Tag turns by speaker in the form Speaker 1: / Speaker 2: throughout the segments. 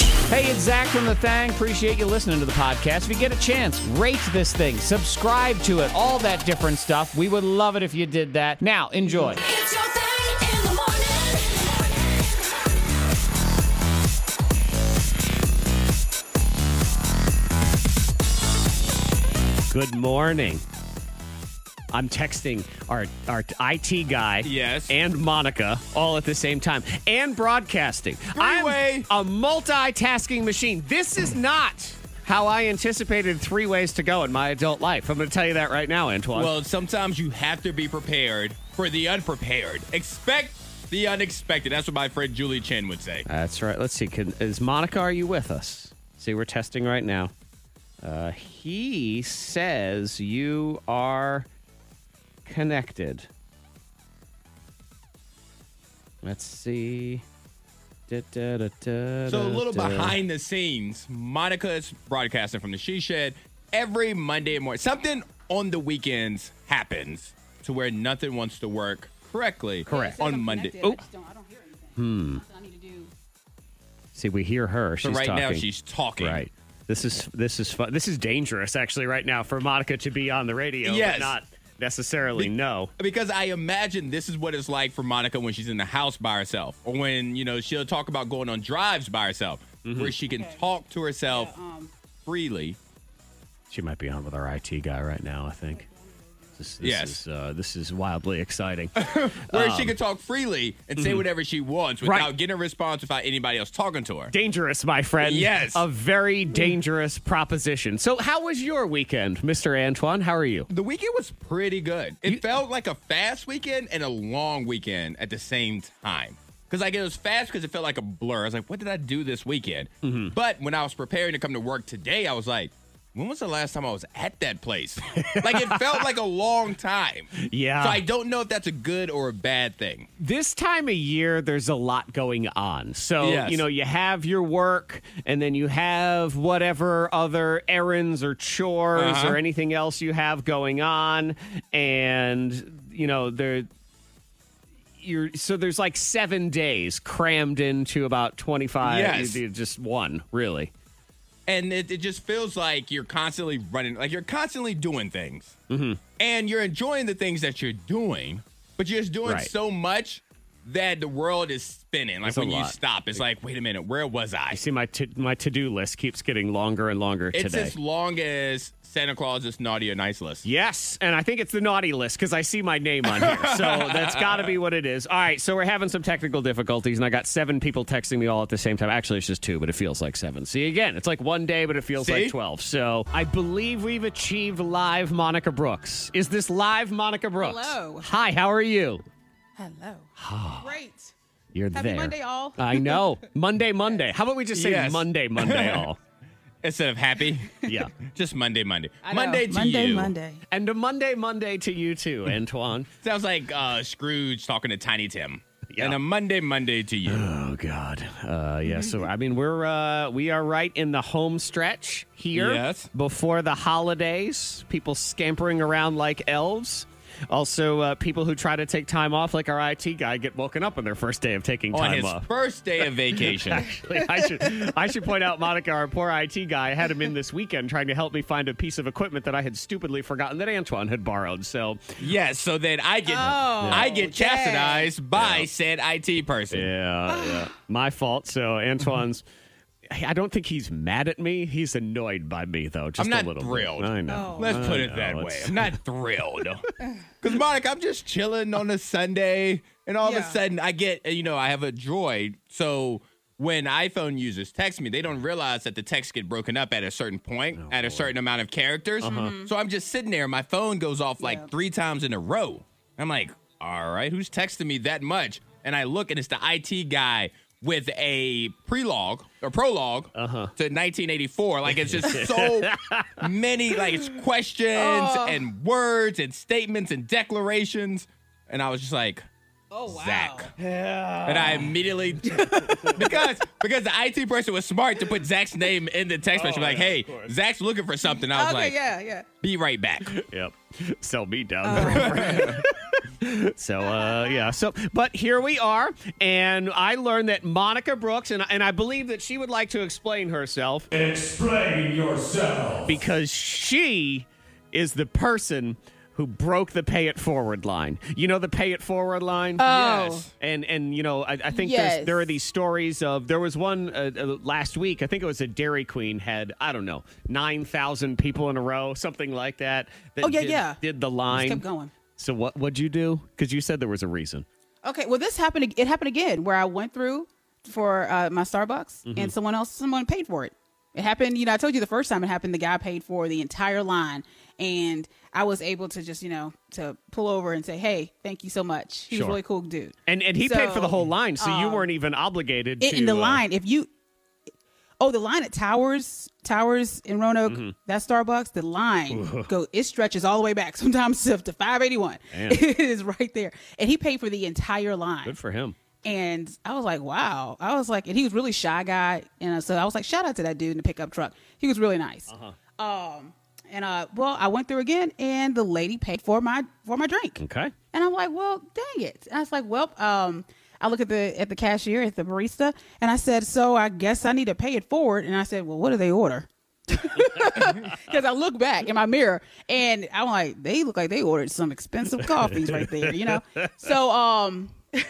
Speaker 1: Hey, it's Zach from The Thang. Appreciate you listening to the podcast. If you get a chance, rate this thing, subscribe to it, all that different stuff. We would love it if you did that. Now, enjoy.
Speaker 2: It's your thing in the morning.
Speaker 3: Good morning. I'm texting our our IT guy,
Speaker 4: Yes.
Speaker 3: and Monica all at the same time, and broadcasting.
Speaker 4: Three-way.
Speaker 3: I'm a multitasking machine. This is not how I anticipated three ways to go in my adult life. I'm going to tell you that right now, Antoine.
Speaker 4: Well, sometimes you have to be prepared for the unprepared. Expect the unexpected. That's what my friend Julie Chen would say.
Speaker 3: That's right. Let's see. Can, is Monica? Are you with us? See, we're testing right now. Uh, he says you are connected. Let's see. Da, da, da, da,
Speaker 4: So a little
Speaker 3: da.
Speaker 4: behind the scenes, Monica is broadcasting from the She Shed every Monday morning. Something on the weekends happens to where nothing wants to work correctly.
Speaker 3: Correct.
Speaker 4: on Monday.
Speaker 5: Oh. I don't hear anything. Hmm. I need to do.
Speaker 3: See, we hear her. She's
Speaker 4: So right
Speaker 3: talking.
Speaker 4: now she's talking.
Speaker 3: right. This is this is fun. This is dangerous actually right now for Monica to be on the radio,
Speaker 4: Yes.
Speaker 3: but not necessarily. no.
Speaker 4: Because I imagine this is what it's like for Monica when she's in the house by herself, or when you know she'll talk about going on drives by herself, where she can
Speaker 5: Okay.
Speaker 4: talk to herself
Speaker 5: Um,
Speaker 4: freely.
Speaker 3: She might be on with our IT guy right now, I think. This, this
Speaker 4: Yes.
Speaker 3: Is, uh, this is wildly exciting.
Speaker 4: where she can talk freely and say whatever she wants without
Speaker 3: Right.
Speaker 4: getting a response without anybody else talking to her.
Speaker 3: dangerous, my friend.
Speaker 4: Yes.
Speaker 3: A very dangerous proposition. So, how was your weekend, Mr. Antoine? How are you?
Speaker 4: The weekend was pretty good. It felt like a fast weekend and a long weekend at the same time. Because like it was fast because it felt like a blur. I was like, what did I do this weekend?
Speaker 3: Mm-hmm.
Speaker 4: But when I was preparing to come to work today, I was like, when was the last time I was at that place? like it felt like a long time.
Speaker 3: Yeah.
Speaker 4: So I don't know if that's a good or a bad thing.
Speaker 3: This time of year, there's a lot going on. So,
Speaker 4: Yes.
Speaker 3: you know, you have your work and then you have whatever other errands or chores
Speaker 4: Uh-huh.
Speaker 3: or anything else you have going on. And, you know, there. You're, so there's like seven days crammed into about 25
Speaker 4: Yes.
Speaker 3: you- you- just one really
Speaker 4: and it, it just feels like you're constantly running, like you're constantly doing things,
Speaker 3: Mm-hmm.
Speaker 4: and you're enjoying the things that you're doing, but you're just doing
Speaker 3: Right.
Speaker 4: so much that the world is spinning. Like
Speaker 3: It's a
Speaker 4: when you
Speaker 3: lot.
Speaker 4: stop, it's like, wait a minute, where was I?
Speaker 3: You see, my to, my to do list keeps getting longer and longer
Speaker 4: It's
Speaker 3: today.
Speaker 4: as long as Santa Claus's naughty or nice list.
Speaker 3: Yes, and I think it's the naughty list because I see my name on here. So that's got to be what it is. All right, so we're having some technical difficulties, and I got seven people texting me all at the same time. Actually, it's just two, but it feels like seven. See, again, it's like one day, but it feels
Speaker 4: See?
Speaker 3: like 12. So I believe we've achieved live Monica Brooks. Is this live Monica Brooks?
Speaker 5: Hello.
Speaker 3: Hi, how are you?
Speaker 5: hello. Great.
Speaker 3: You're
Speaker 5: Happy
Speaker 3: there.
Speaker 5: Monday, all.
Speaker 3: I know. Monday, Monday. How about we just say
Speaker 4: Yes.
Speaker 3: Monday, Monday, all?
Speaker 4: Instead of happy,
Speaker 3: Yeah.
Speaker 4: just Monday, Monday,
Speaker 5: I know.
Speaker 4: Monday to
Speaker 5: Monday,
Speaker 4: you.
Speaker 5: Monday.
Speaker 3: And a Monday, Monday to you too, Antoine.
Speaker 4: Sounds like uh, Scrooge talking to Tiny Tim.
Speaker 3: Yeah.
Speaker 4: And a Monday, Monday to you.
Speaker 3: Oh God, uh, yeah. So I mean, we're uh, we are right in the home stretch here.
Speaker 4: Yes.
Speaker 3: Before the holidays, people scampering around like elves. Also, uh, people who try to take time off, like our IT guy, get woken up on their first day of taking
Speaker 4: On
Speaker 3: time
Speaker 4: his
Speaker 3: off.
Speaker 4: first day of vacation.
Speaker 3: Actually, I should I should point out, Monica, our poor IT guy, I had him in this weekend trying to help me find a piece of equipment that I had stupidly forgotten that Antoine had borrowed. So
Speaker 4: Yes, so then I get
Speaker 5: Oh,
Speaker 4: I
Speaker 5: dang.
Speaker 4: get chastised by said IT person.
Speaker 3: Yeah, yeah. my fault. So Antoine's. I don't think he's mad at me. He's annoyed by me though. Just
Speaker 4: I'm not
Speaker 3: a little
Speaker 4: thrilled.
Speaker 3: Bit. I know.
Speaker 5: Oh.
Speaker 4: Let's
Speaker 3: I
Speaker 4: put it
Speaker 3: know.
Speaker 4: that way.
Speaker 3: It's-
Speaker 4: I'm not thrilled. Cause Monica, I'm just chilling on a Sunday, and all of
Speaker 5: Yeah.
Speaker 4: a sudden I get you know I have a Droid. So when iPhone users text me, they don't realize that the texts get broken up at a certain point, at a certain amount of characters. So I'm just sitting there, and my phone goes off like
Speaker 5: Yeah.
Speaker 4: three times in a row. I'm like, all right, who's texting me that much? And I look, and it's the IT guy. With a prelogue or prolog to 1984, like it's just so many like it's questions and words and statements and declarations and i was just like
Speaker 5: Oh wow.
Speaker 4: zach and i immediately because because the it person was smart to put zach's name in the text message like hey zach's looking for something i was
Speaker 5: Okay.
Speaker 4: like
Speaker 5: yeah. Yeah.
Speaker 4: be right back
Speaker 3: Yep. Sell me down.
Speaker 5: Oh.
Speaker 3: So uh, yeah. So but here we are, and I learned that Monica Brooks and and I believe that she would like to explain herself
Speaker 6: Explain yourself.
Speaker 3: because she is the person who broke the pay it forward line. You know the pay it forward line.
Speaker 7: Oh.
Speaker 4: Yes.
Speaker 3: And and you know I, I think
Speaker 7: Yes.
Speaker 3: there's, there are these stories of there was one uh, uh, last week I think it was a Dairy Queen had I don't know nine thousand people in a row something like that. that
Speaker 5: Oh, yeah,
Speaker 3: did,
Speaker 5: yeah.
Speaker 3: Did the line
Speaker 5: kept going.
Speaker 3: So what what'd you do? Because you said there was a reason.
Speaker 5: Okay, well, this happened. It happened again where I went through for uh, my Starbucks,
Speaker 4: Mm-hmm.
Speaker 5: and someone else, someone paid for it. It happened. You know, I told you the first time it happened. The guy paid for the entire line, and I was able to just, you know, to pull over and say, "Hey, thank you so much." He was
Speaker 3: Sure.
Speaker 5: a really cool dude.
Speaker 3: And and he paid for the
Speaker 5: So,
Speaker 3: whole line, so you weren't even obligated
Speaker 5: it
Speaker 3: to
Speaker 5: in the
Speaker 3: uh,
Speaker 5: line if you oh the line at towers towers in roanoke
Speaker 3: Mm-hmm.
Speaker 5: that starbucks the line go it stretches all the way back sometimes up to 581 it is right there and he paid for the entire line
Speaker 3: Good for him.
Speaker 5: and i was like wow i was like and he was really shy guy and so i was like shout out to that dude in the pickup truck he was really nice
Speaker 3: Uh-huh.
Speaker 5: um and uh well i went through again and the lady paid for my for my drink
Speaker 3: Okay.
Speaker 5: and I'm like, well, dang it. And I was like, well, um, I look at the at the cashier at the barista, and I said, so I guess I need to pay it forward. And I said, well, what do they order? Because I look back in my mirror, and I'm like, they look like they ordered some expensive coffees right there, you know. So, um,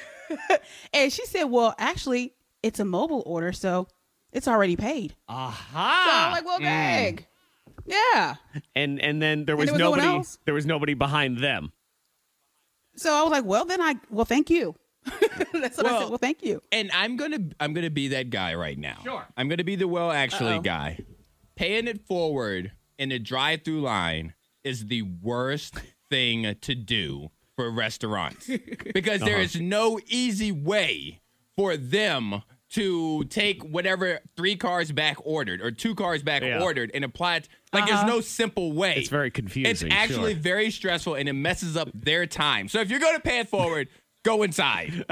Speaker 5: and she said, well, actually, it's a mobile order, so it's already paid. So I'm
Speaker 3: Aha.
Speaker 5: like, well, dang, yeah.
Speaker 3: and and then there was,
Speaker 5: there was no one
Speaker 3: nobody
Speaker 5: else?
Speaker 3: there was nobody behind them.
Speaker 5: So I was like, well, then I, well, thank you. That's what I
Speaker 4: Well,
Speaker 5: said. Well, thank you.
Speaker 4: And I'm gonna I'm gonna be that guy right now. Sure. I'm gonna be the well actually guy. Paying it forward in a drive through line is the worst thing to do for restaurants. because
Speaker 3: Uh-huh.
Speaker 4: there is no easy way for them to take whatever three cars back ordered or two cars back
Speaker 3: Yeah. Uh-huh.
Speaker 4: ordered and apply it like there's no simple way.
Speaker 3: It's very confusing,
Speaker 4: It's actually
Speaker 3: sure.
Speaker 4: very stressful and it messes up their time. So if you're going to pay it forward, go inside.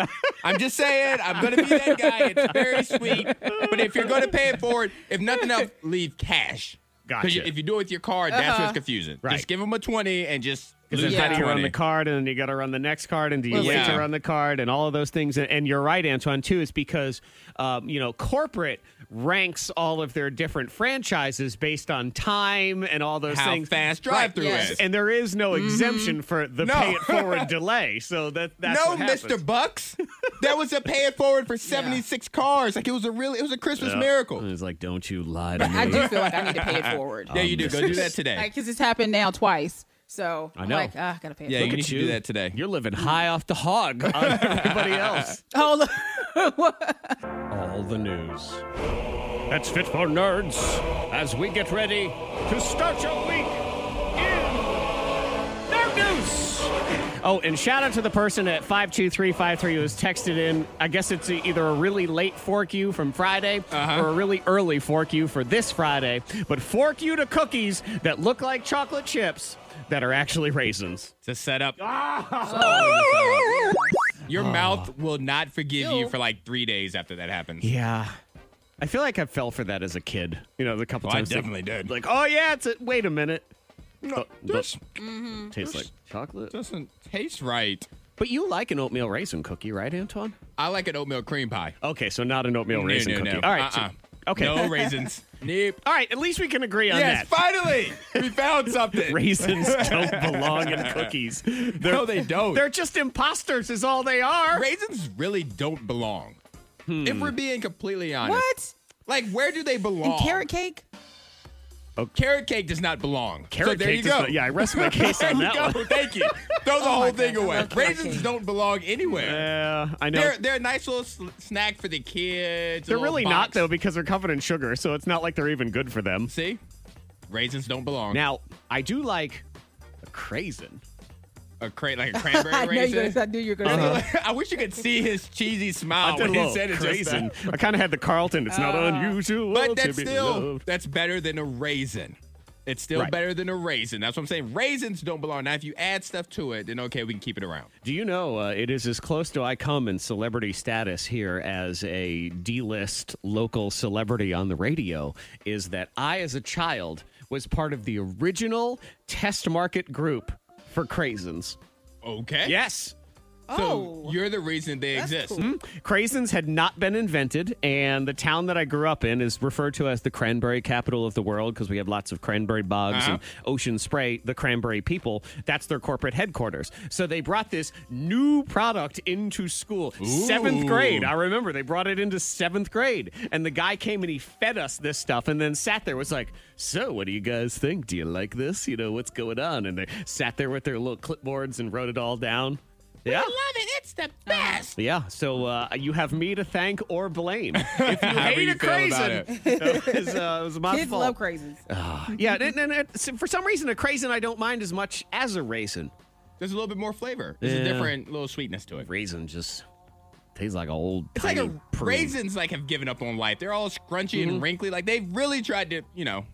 Speaker 4: I'm just saying, I'm going to be that guy. It's very sweet. But if you're going to pay it forward, if nothing else, leave cash. 'Cause you-
Speaker 3: Gotcha.
Speaker 4: If you do it with your card, that's what's confusing.
Speaker 3: Right.
Speaker 4: Just give them a 20 and just
Speaker 3: Because
Speaker 4: lose
Speaker 3: then
Speaker 5: Yeah.
Speaker 3: how
Speaker 4: that
Speaker 3: do you run
Speaker 4: 20.
Speaker 3: the card, and then you got to run the next card, and do you
Speaker 5: Well,
Speaker 3: wait to
Speaker 4: yeah.
Speaker 3: run the card, and all of those things. And, and you're right, Antoine, too. It's because um, you know corporate ranks all of their different franchises based on time and all those
Speaker 4: How
Speaker 3: things.
Speaker 4: fast drive-through
Speaker 5: Yes.
Speaker 4: is. Mm-hmm.
Speaker 3: And there is no exemption for the
Speaker 4: No.
Speaker 3: pay it forward delay. So that that's
Speaker 4: no,
Speaker 3: what happens.
Speaker 4: Mr. Bucks. That was a pay it forward for 76 cars. Like it was a really, it was a Christmas miracle.
Speaker 3: It's like, don't you lie to
Speaker 5: I
Speaker 3: me.
Speaker 5: do feel like I need to pay it forward.
Speaker 4: Yeah, you do. Go do that today.
Speaker 5: Because it's happened now twice. So I am
Speaker 3: know.
Speaker 5: like, ah, I gotta pay it
Speaker 4: Yeah,
Speaker 5: forward.
Speaker 4: you need to do that today.
Speaker 3: You're living high off the hog on everybody else.
Speaker 5: Oh, look.
Speaker 3: all the news. That's fit for nerds as we get ready to start your week in nerd news. Oh, and shout out to the person at 52353 who has texted in. I guess it's e-, either a really late fork you from Friday or a really early fork you for this Friday, but fork you to cookies that look like chocolate chips that are actually raisins.
Speaker 4: to set up. So- Your
Speaker 3: Ah.
Speaker 4: mouth will not forgive you for like three days after that happens.
Speaker 3: Yeah. I feel like I fell for that as a kid. You know, the couple
Speaker 4: Oh, I
Speaker 3: times. that-
Speaker 4: definitely did.
Speaker 3: Like, oh yeah, it's a wait a minute. No,
Speaker 4: this
Speaker 3: tastes like chocolate.
Speaker 4: doesn't taste right.
Speaker 3: But you like an oatmeal raisin cookie, right, Antoine?
Speaker 4: I like an oatmeal cream pie.
Speaker 3: Okay, so not an oatmeal
Speaker 4: No,
Speaker 3: raisin
Speaker 4: no,
Speaker 3: cookie.
Speaker 4: no.
Speaker 3: All right. so-
Speaker 4: Uh-uh.
Speaker 3: okay.
Speaker 4: No raisins. nope.
Speaker 3: All right. At least we can agree on
Speaker 4: Yes,
Speaker 3: that.
Speaker 4: finally, we found something.
Speaker 3: Raisins don't belong in cookies. They're,
Speaker 4: No, they don't.
Speaker 3: They're just imposters, is all they are.
Speaker 4: Raisins really don't belong.
Speaker 3: Hmm.
Speaker 4: If we're being completely honest,
Speaker 5: what?
Speaker 4: Like, where do they belong? Oh,
Speaker 5: And carrot cake?
Speaker 4: Carrot cake does not belong. so
Speaker 3: Carrot
Speaker 4: there
Speaker 3: cake
Speaker 4: you
Speaker 3: does
Speaker 4: go.
Speaker 3: not- yeah, I rest my case on
Speaker 4: There
Speaker 3: that
Speaker 4: you go.
Speaker 3: one. Oh
Speaker 4: Thank you. Throw the whole thing
Speaker 5: God, I
Speaker 4: away.
Speaker 5: love carrot
Speaker 4: Raisins
Speaker 5: cake.
Speaker 4: don't belong anywhere.
Speaker 3: Uh, I know.
Speaker 4: They're they're a nice little sl- snack for the kids. a
Speaker 3: They're
Speaker 4: little
Speaker 3: really not
Speaker 4: box.
Speaker 3: though because they're covered in sugar, so it's not like they're even good for them.
Speaker 4: See, raisins don't belong.
Speaker 3: Now, I do like a craisin.
Speaker 4: a cra- like a cranberry
Speaker 5: I know
Speaker 4: raisin.
Speaker 5: you're gonna, I knew you were going to do
Speaker 4: I wish you could see his cheesy smile
Speaker 3: Uh-huh. I did
Speaker 4: when
Speaker 3: a
Speaker 4: Oh, he
Speaker 3: little
Speaker 4: said it just
Speaker 3: craisin.
Speaker 4: now.
Speaker 3: I kind of had the Carlton. It's not unusual.
Speaker 4: But
Speaker 3: to
Speaker 4: that's
Speaker 3: be
Speaker 4: still
Speaker 3: loved.
Speaker 4: that's better than a raisin. It's still
Speaker 3: Right.
Speaker 4: better than a raisin. That's what I'm saying. Raisins don't belong. Now, if you add stuff to it, then okay, we can keep it around.
Speaker 3: Do you know uh, it is as close to I come in celebrity status here as a D-list local celebrity on the radio is that I, as a child, was part of the original test market group for craisins.
Speaker 4: Okay.
Speaker 3: Yes.
Speaker 4: So
Speaker 5: oh,
Speaker 4: you're the reason they
Speaker 5: that's
Speaker 4: exist.
Speaker 3: Mm-hmm.
Speaker 5: cool.
Speaker 3: Craisins had not been invented, and the town that I grew up in is referred to as the cranberry capital of the world because we have lots of cranberry bogs and ocean spray. The cranberry people, that's their corporate headquarters. So they brought this new product into school. Seventh grade. I remember they brought it into seventh grade, and the guy came and he fed us this stuff and then sat there, was like, So, what do you guys think? Do you like this? You know, what's going on? And they sat there with their little clipboards and wrote it all down. Yeah.
Speaker 4: it. It's the best.
Speaker 3: Yeah, so uh, you have me to thank or blame. If you
Speaker 4: However
Speaker 3: hate
Speaker 4: you
Speaker 3: a
Speaker 4: feel about
Speaker 3: craisin, it was, uh, it was my
Speaker 5: kids
Speaker 3: fault.
Speaker 5: love crazies.
Speaker 3: yeah, and, and, and so for some reason, a craisin I don't mind as much as a raisin.
Speaker 4: There's a little bit more flavor. There's a
Speaker 3: Yeah.
Speaker 4: different little sweetness to it.
Speaker 3: Raisin just tastes like an old
Speaker 4: It's like a, raisins like have given up on life. They're all scrunchy
Speaker 3: Mm-hmm.
Speaker 4: and wrinkly. Like they've really tried to, you know,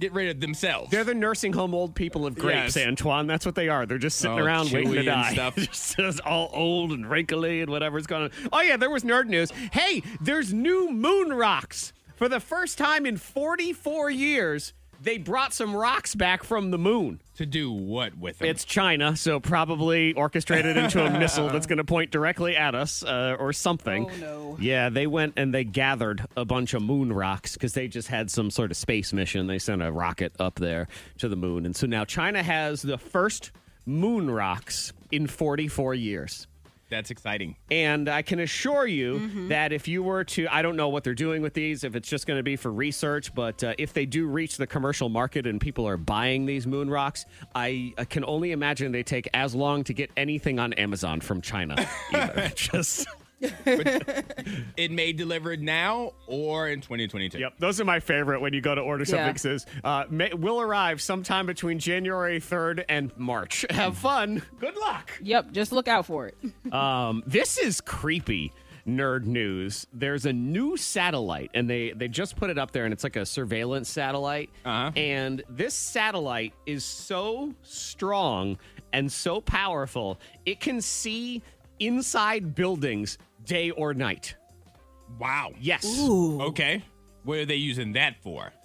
Speaker 4: get rid of themselves.
Speaker 3: They're the nursing home old people of grapes,
Speaker 4: Yes.
Speaker 3: Antoine. That's what they are. They're just sitting
Speaker 4: All
Speaker 3: around waiting
Speaker 4: chewy
Speaker 3: to
Speaker 4: and
Speaker 3: die.
Speaker 4: stuff.
Speaker 3: just just all old and wrinkly and whatever's going on. Oh yeah, there was nerd news. Hey, there's new moon rocks. For the first time in 44 years, they brought some rocks back from the moon.
Speaker 4: to do what with them?
Speaker 3: It's China, so probably orchestrated into a missile that's going to point directly at us uh, or something.
Speaker 5: Oh, no.
Speaker 3: Yeah, they went and they gathered a bunch of moon rocks because they just had some sort of space mission. They sent a rocket up there to the moon. And so now China has the first moon rocks in 44 years.
Speaker 4: that's exciting.
Speaker 3: And I can assure you that if you were to, I don't know what they're doing with these, if it's just going to be for research, but uh, if they do reach the commercial market and people are buying these moon rocks, I uh, can only imagine they take as long to get anything on Amazon from China. either. just.
Speaker 4: It may deliver now or in 2022.
Speaker 3: Yep, those are my favorite when you go to order something
Speaker 5: Yeah.
Speaker 3: that says, uh, may, will arrive sometime between January 3rd and March. Have fun. Good luck.
Speaker 5: Yep, just look out for it.
Speaker 3: Um, this is creepy nerd news. There's a new satellite, and they they just put it up there, and it's like a surveillance satellite.
Speaker 4: Uh-huh.
Speaker 3: And this satellite is so strong and so powerful, it can see inside buildings day or night.
Speaker 4: Wow.
Speaker 3: Yes.
Speaker 4: Okay. What are they using that for?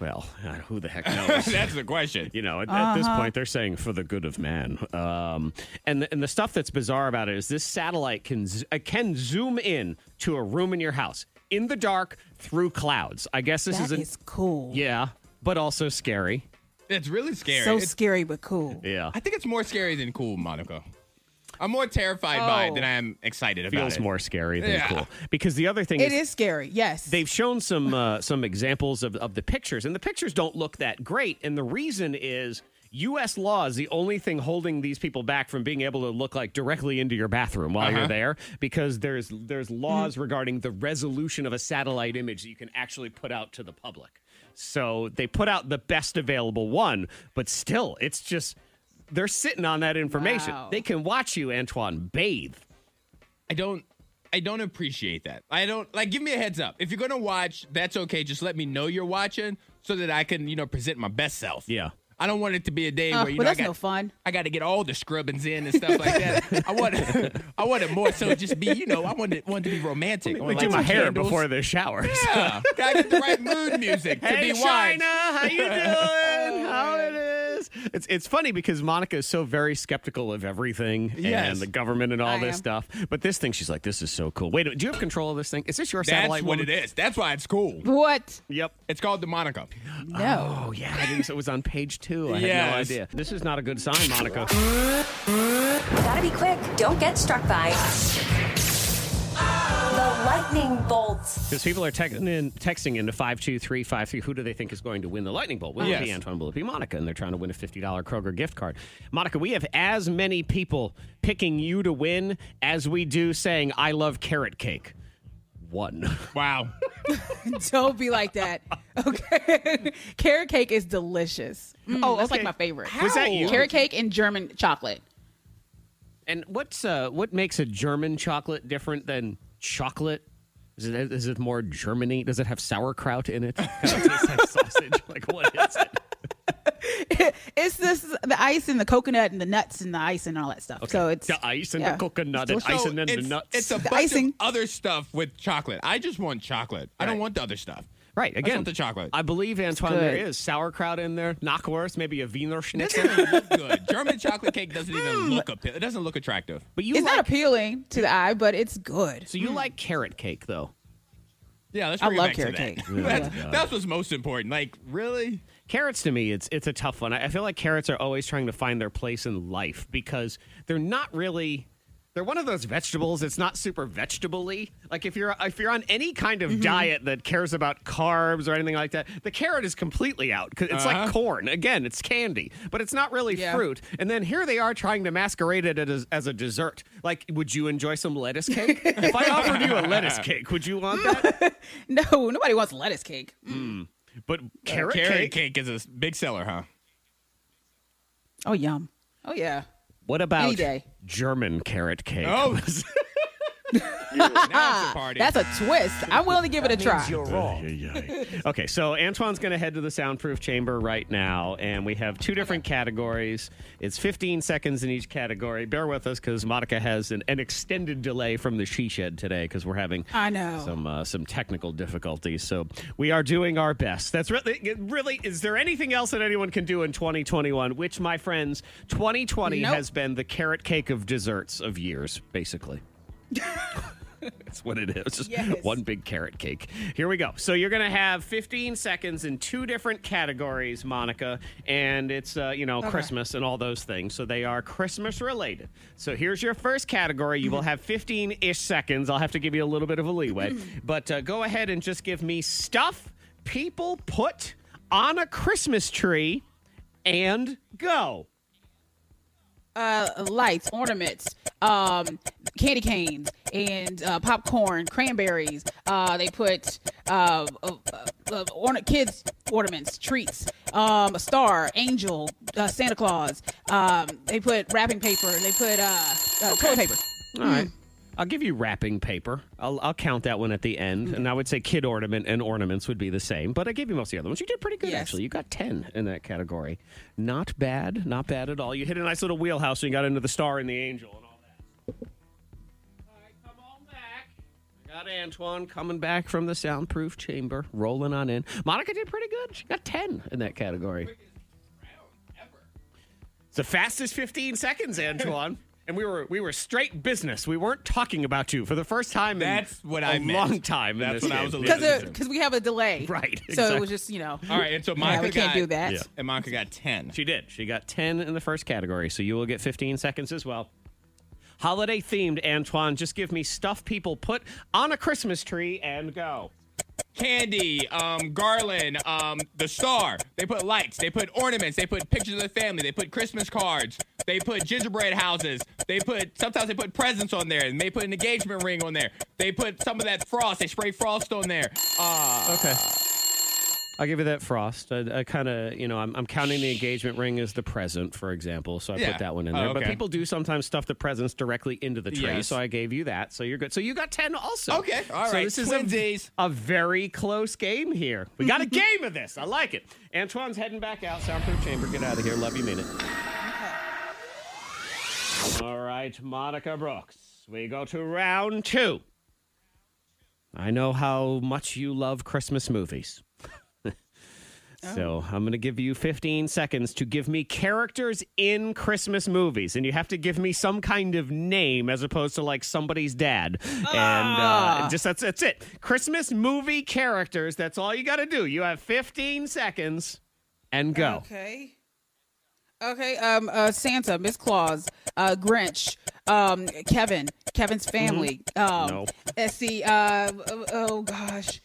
Speaker 3: Well, uh, who the heck knows?
Speaker 4: That's the question.
Speaker 3: You know, at, at this point, they're saying for the good of man. Um, and the, and the stuff that's bizarre about it is this satellite can z- uh, can zoom in to a room in your house in the dark through clouds. I guess this
Speaker 5: That
Speaker 3: an-
Speaker 5: is cool.
Speaker 3: yeah, but also scary.
Speaker 4: It's really scary.
Speaker 5: So
Speaker 4: It's-
Speaker 5: scary but cool.
Speaker 3: Yeah,
Speaker 4: I think it's more scary than cool, Monica. I'm more terrified by it
Speaker 5: Oh.
Speaker 4: than I am excited about
Speaker 3: feels
Speaker 4: it.
Speaker 3: more scary than
Speaker 4: Yeah.
Speaker 3: cool. Because the other thing
Speaker 5: It
Speaker 3: is.
Speaker 5: is scary. Yes.
Speaker 3: they've shown some uh, some examples of, of the pictures, and the pictures don't look that great. And the reason is U.S. law is the only thing holding these people back from being able to look like directly into your bathroom while
Speaker 4: Uh-huh.
Speaker 3: you're there, because there's there's
Speaker 4: Mm.
Speaker 3: laws regarding the resolution of a satellite image that you can actually put out to the public. So they put out the best available one, but still, it's just they're sitting on that information.
Speaker 5: Wow.
Speaker 3: They can watch you, Antoine, bathe.
Speaker 4: I don't I don't appreciate that. I don't like give me a heads up. If you're gonna watch, that's okay. Just let me know you're watching so that I can, you know, present my best self.
Speaker 3: Yeah.
Speaker 4: I don't want it to be a day
Speaker 5: Uh,
Speaker 4: where you
Speaker 5: well,
Speaker 4: know I
Speaker 5: that's
Speaker 4: got,
Speaker 5: no fun.
Speaker 4: I got to get all the scrubbings in and stuff like that. I want, I want it more so just be, you know, I want it, want it to be romantic.
Speaker 3: Let
Speaker 4: I
Speaker 3: me
Speaker 4: want
Speaker 3: do
Speaker 4: light
Speaker 3: my
Speaker 4: some
Speaker 3: hair
Speaker 4: candles.
Speaker 3: before the showers.
Speaker 4: Yeah, gotta get the right mood music to
Speaker 3: Hey
Speaker 4: be
Speaker 3: China,
Speaker 4: wise.
Speaker 3: how you doing? how it is? It's it's funny because Monica is so very skeptical of everything
Speaker 4: Yes.
Speaker 3: and the government and all
Speaker 5: I
Speaker 3: this
Speaker 5: am.
Speaker 3: stuff. But this thing, she's like, "This is so cool." Wait, do you have control of this thing? Is this your
Speaker 4: That's
Speaker 3: satellite?
Speaker 4: what
Speaker 3: woman?
Speaker 4: it is. That's why it's cool.
Speaker 5: what?
Speaker 3: Yep.
Speaker 4: It's called the Monica.
Speaker 5: No.
Speaker 3: Oh yeah, I didn't, so it was on page two. I had
Speaker 4: Yes.
Speaker 3: no idea. This is not a good sign, Monica.
Speaker 7: Gotta be quick. Don't get struck by the lightning bolts.
Speaker 3: Because people are texting in, texting into 52353. Who do they think is going to win the Lightning Bolt? Will it be
Speaker 4: Yes.
Speaker 3: Antoine? Will it be Monica? And they're trying to win a $50 Kroger gift card. Monica, we have as many people picking you to win as we do saying, I love carrot cake. One.
Speaker 4: Wow.
Speaker 5: Don't be like that. Okay. Carrot cake is delicious. Mm,
Speaker 3: Oh,
Speaker 5: that's
Speaker 3: okay.
Speaker 5: like my favorite.
Speaker 3: Was that you?
Speaker 5: Carrot cake and German chocolate.
Speaker 3: And what's uh, what makes a German chocolate different than chocolate? Is it, is it more Germany? Does it have sauerkraut in it? Kind of tastes like sausage. Like, what is it?
Speaker 5: It's this the ice and the coconut and the nuts and the ice and all that stuff. So it's
Speaker 3: The ice and
Speaker 5: yeah.
Speaker 3: the coconut and
Speaker 5: It's
Speaker 3: ice
Speaker 4: So
Speaker 3: and then the
Speaker 4: it's,
Speaker 3: nuts.
Speaker 4: It's a bunch
Speaker 5: icing.
Speaker 4: of other stuff with chocolate. I just want chocolate. I don't want the other stuff.
Speaker 3: Right. Again,
Speaker 4: want the chocolate.
Speaker 3: I believe Antoine,
Speaker 5: good.
Speaker 3: there is sauerkraut in there, knockwurst, maybe a Wiener Schnitzel.
Speaker 4: doesn't look good. German chocolate cake doesn't
Speaker 5: Mm.
Speaker 4: even look appeal. It doesn't look attractive.
Speaker 3: but you
Speaker 5: It's
Speaker 3: like
Speaker 5: not appealing to the eye, but it's good.
Speaker 3: so
Speaker 4: Hmm.
Speaker 3: you like carrot cake though.
Speaker 4: Yeah, let's
Speaker 5: I
Speaker 4: bring it
Speaker 5: love
Speaker 4: back
Speaker 5: carrot
Speaker 4: to that.
Speaker 5: cake.
Speaker 4: that's, that's what's most important. Like, really?
Speaker 3: Carrots to me, it's it's a tough one. I I feel like carrots are always trying to find their place in life because they're not really. They're one of those vegetables. It's not super vegetable-y. Like if you're if you're on any kind of diet that cares about carbs or anything like that, the carrot is completely out. 'Cause It's like corn. Again, it's candy, but it's not really
Speaker 5: Yeah.
Speaker 3: fruit. And then here they are trying to masquerade it as, as a dessert. Like, would you enjoy some lettuce cake? if I offered you a lettuce cake, would you want that?
Speaker 5: No, nobody wants lettuce cake. Mm.
Speaker 3: But carrot,
Speaker 4: Carrot
Speaker 3: cake?
Speaker 4: cake is a s- big seller, huh?
Speaker 5: Oh yum. Oh yeah.
Speaker 3: What about
Speaker 5: Any day.
Speaker 3: German carrot cake?
Speaker 4: Oh, now it's a party.
Speaker 5: That's a twist. I'm willing to give it a try.
Speaker 3: okay, so Antoine's going to head to the soundproof chamber right now, and we have two different categories. It's 15 seconds in each category. Bear with us because Monica has an, an extended delay from the she shed today because we're having
Speaker 5: I know.
Speaker 3: some uh, some technical difficulties. So we are doing our best. That's really it really. Is there anything else that anyone can do in 2021? Which, my friends, 2020
Speaker 5: Nope.
Speaker 3: has been the carrot cake of desserts of years, basically. That's what it is. Just
Speaker 5: Yes.
Speaker 3: One big carrot cake. Here we go. So you're going to have 15 seconds in two different categories, Monica, and it's uh, you know Christmas and all those things. So they are Christmas related. So here's your first category. You will have 15-ish seconds. I'll have to give you a little bit of a leeway, but uh, go ahead and just give me stuff people put on a Christmas tree and go.
Speaker 5: Uh, lights, ornaments, um, candy canes, and uh, popcorn, cranberries. Uh, they put uh, uh, uh, orna- kids ornaments, treats, um, a star, angel, uh, Santa Claus. Um, they put wrapping paper. and They put uh, uh, toilet paper.
Speaker 3: All right. I'll give you wrapping paper. I'll, I'll count that one at the end. And I would say kid ornament and ornaments would be the same, but I gave you most of the other ones. You did pretty good,
Speaker 5: Yes.
Speaker 3: actually. You got 10 in that category. Not bad. Not bad at all. You hit a nice little wheelhouse and you got into the star and the angel and all that. All right, come on back. I got Antoine coming back from the soundproof chamber, rolling on in. Monica did pretty good. She got 10 in that category. It's the fastest 15 seconds, Antoine. and we were we were straight business. We weren't talking about you for the first time.
Speaker 4: That's
Speaker 3: in
Speaker 4: what
Speaker 3: I
Speaker 4: I meant.
Speaker 3: long time. in
Speaker 4: That's
Speaker 3: this
Speaker 4: what I
Speaker 3: game.
Speaker 4: was a little-
Speaker 5: Because because we have a delay,
Speaker 3: Right,
Speaker 5: So it was just you know.
Speaker 4: All right, and so Monica
Speaker 5: Yeah, we can't
Speaker 4: got-
Speaker 5: do that.
Speaker 3: Yeah.
Speaker 4: And Monica got 10.
Speaker 3: She did. She got 10 in the first category, so you will get 15 seconds as well. Holiday themed, Antoine. Just give me stuff people put on a Christmas tree and go.
Speaker 4: Candy, um, garland, um, the star. They put lights. They put ornaments. They put pictures of the family. They put Christmas cards. They put gingerbread houses. They put sometimes they put presents on there, and they put an engagement ring on there. They put some of that frost. They spray frost on there.
Speaker 3: Okay. I'll give you that frost. I, I kind of, you know, I'm, I'm counting the engagement ring as the present, for example. So I
Speaker 4: Yeah.
Speaker 3: put that one in
Speaker 4: Oh,
Speaker 3: there. But
Speaker 4: okay.
Speaker 3: people do sometimes stuff the presents directly into the tree.
Speaker 4: Yes.
Speaker 3: So I gave you that. So you're good. So you got 10 also.
Speaker 4: Okay. All
Speaker 3: so
Speaker 4: right.
Speaker 3: This is a,
Speaker 4: Twinsies.
Speaker 3: a very close game here. We got a game of this. I like it. Antoine's heading back out. Soundproof chamber. Get out of here. Love you, mean it. All right, Monica Brooks. We go to round two. I know how much you love Christmas movies. so I'm going to give you 15 seconds to give me characters in Christmas movies. And you have to give me some kind of name as opposed to like somebody's dad. And uh, just that's, that's it. Christmas movie characters. That's all you got to do. You have 15 seconds and go.
Speaker 5: Okay. Okay. Um. Uh. Santa, Miss Claus, uh, Grinch, um, Kevin, Kevin's
Speaker 4: Mm-hmm.
Speaker 5: family. Um.
Speaker 3: No.
Speaker 5: let's see. Uh. Oh, oh, gosh.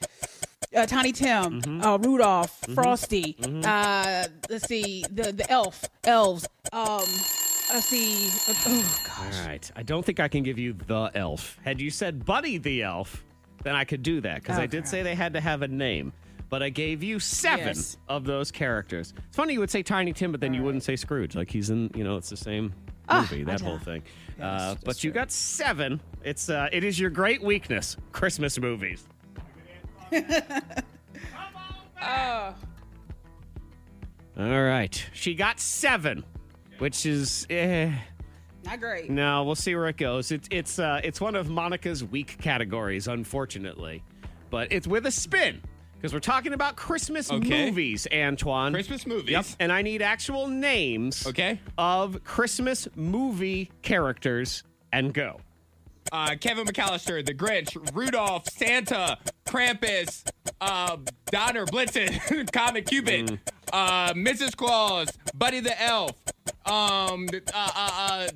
Speaker 5: Uh, Tiny Tim,
Speaker 4: Mm-hmm.
Speaker 5: uh, Rudolph, Frosty. Uh. Let's see. The the elf, elves. Um. Let's see. Oh gosh.
Speaker 3: All right. I don't think I can give you the elf. Had you said Buddy the elf, then I could do that because I did
Speaker 5: Okay.
Speaker 3: say they had to have a name. But I gave you seven
Speaker 5: Yes.
Speaker 3: of those characters. It's funny you would say Tiny Tim, but then you wouldn't say Scrooge. Like he's in, you know, it's the same movie, that whole thing. Uh, but you got seven. It's uh, it is your great weakness, Christmas movies. All right, she got seven, which is. Eh,
Speaker 5: Not great.
Speaker 3: no, we'll see where it goes. It's it's uh, it's one of Monica's weak categories, unfortunately, but it's with a spin Because we're talking about Christmas
Speaker 4: Okay.
Speaker 3: movies, Antoine.
Speaker 4: Christmas movies.
Speaker 3: Yep. And I need actual names
Speaker 4: Okay.
Speaker 3: of Christmas movie characters and go.
Speaker 4: Uh, Kevin McAllister, The Grinch, Rudolph, Santa, Krampus, uh, Donner, Blitzen, Comet Cupid,
Speaker 3: Mm.
Speaker 4: uh, Mrs. Claus, Buddy the Elf, um, uh, uh, uh,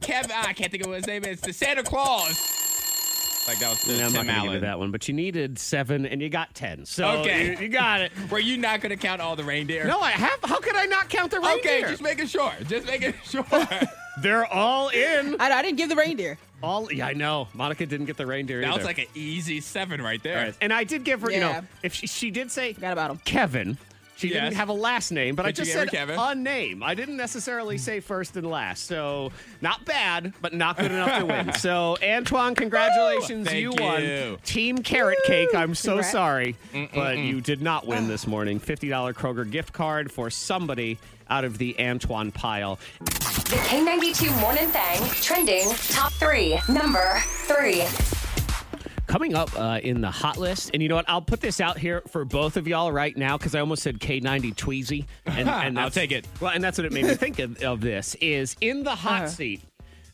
Speaker 4: Kevin. I can't think of what his name is. The Santa Claus. Like that was
Speaker 3: And I'm not
Speaker 4: Tim
Speaker 3: gonna give you
Speaker 4: Allen.
Speaker 3: that one, but you needed seven and you got ten. So
Speaker 4: Okay.
Speaker 3: you, you got it.
Speaker 4: Were you not going to count all the reindeer?
Speaker 3: No, I have. How could I not count the reindeer?
Speaker 4: Okay, just making sure. Just making sure. Sounds
Speaker 3: They're all in.
Speaker 5: I, I didn't give the reindeer.
Speaker 3: All. Yeah, I know. Monica didn't get the reindeer. either.
Speaker 4: like an easy seven right there.
Speaker 3: All right. And I did give her, you
Speaker 5: Yeah.
Speaker 3: know, if she, she did say
Speaker 5: Forgot about him.
Speaker 3: Kevin. She
Speaker 4: Yes.
Speaker 3: didn't have a last name, but, I
Speaker 4: But you
Speaker 3: just
Speaker 4: gave her
Speaker 3: said
Speaker 4: Kevin.
Speaker 3: a name. I didn't necessarily say first and last. So not bad, but not good enough to win. So Antoine, congratulations.
Speaker 4: Thank
Speaker 3: you won.
Speaker 4: you.
Speaker 3: Team Carrot Cake, I'm so
Speaker 5: Congrats.
Speaker 3: sorry. But you did not win this morning. $50 Kroger gift card for somebody out of the Antoine pile.
Speaker 7: The K92 Morning Thang trending top three. Number three.
Speaker 3: Coming up uh, in the hot list, and you know what? I'll put this out here for both of y'all right now because I almost said K90 Tweezy, and, and
Speaker 4: I'll
Speaker 3: that's-
Speaker 4: take it.
Speaker 3: Well, and that's what it made me think of, of this is in the hot
Speaker 5: Uh-huh.
Speaker 3: seat.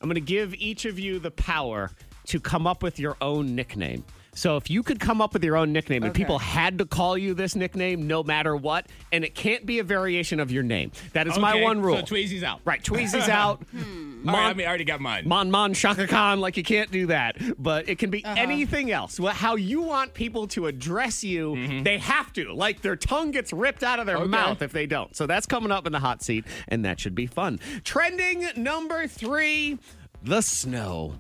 Speaker 3: I'm going to give each of you the power to come up with your own nickname. So if you could come up with your own nickname, and
Speaker 5: Okay.
Speaker 3: people had to call you this nickname no matter what, and it can't be a variation of your name. That is my
Speaker 4: Okay,
Speaker 3: one rule.
Speaker 4: So Tweezy's out.
Speaker 3: right? Tweezy's out.
Speaker 4: All right, I
Speaker 3: Mon-
Speaker 4: mean, I already got mine.
Speaker 3: Mon Mon Shaka Khan, like you can't do that. But it can be
Speaker 4: Uh-huh.
Speaker 3: anything else. Well, how you want people to address you, they have to. Like their tongue gets ripped out of their
Speaker 4: Mm-hmm. Okay.
Speaker 3: mouth if they don't. So that's coming up in the hot seat, and that should be fun. Trending number three the snow.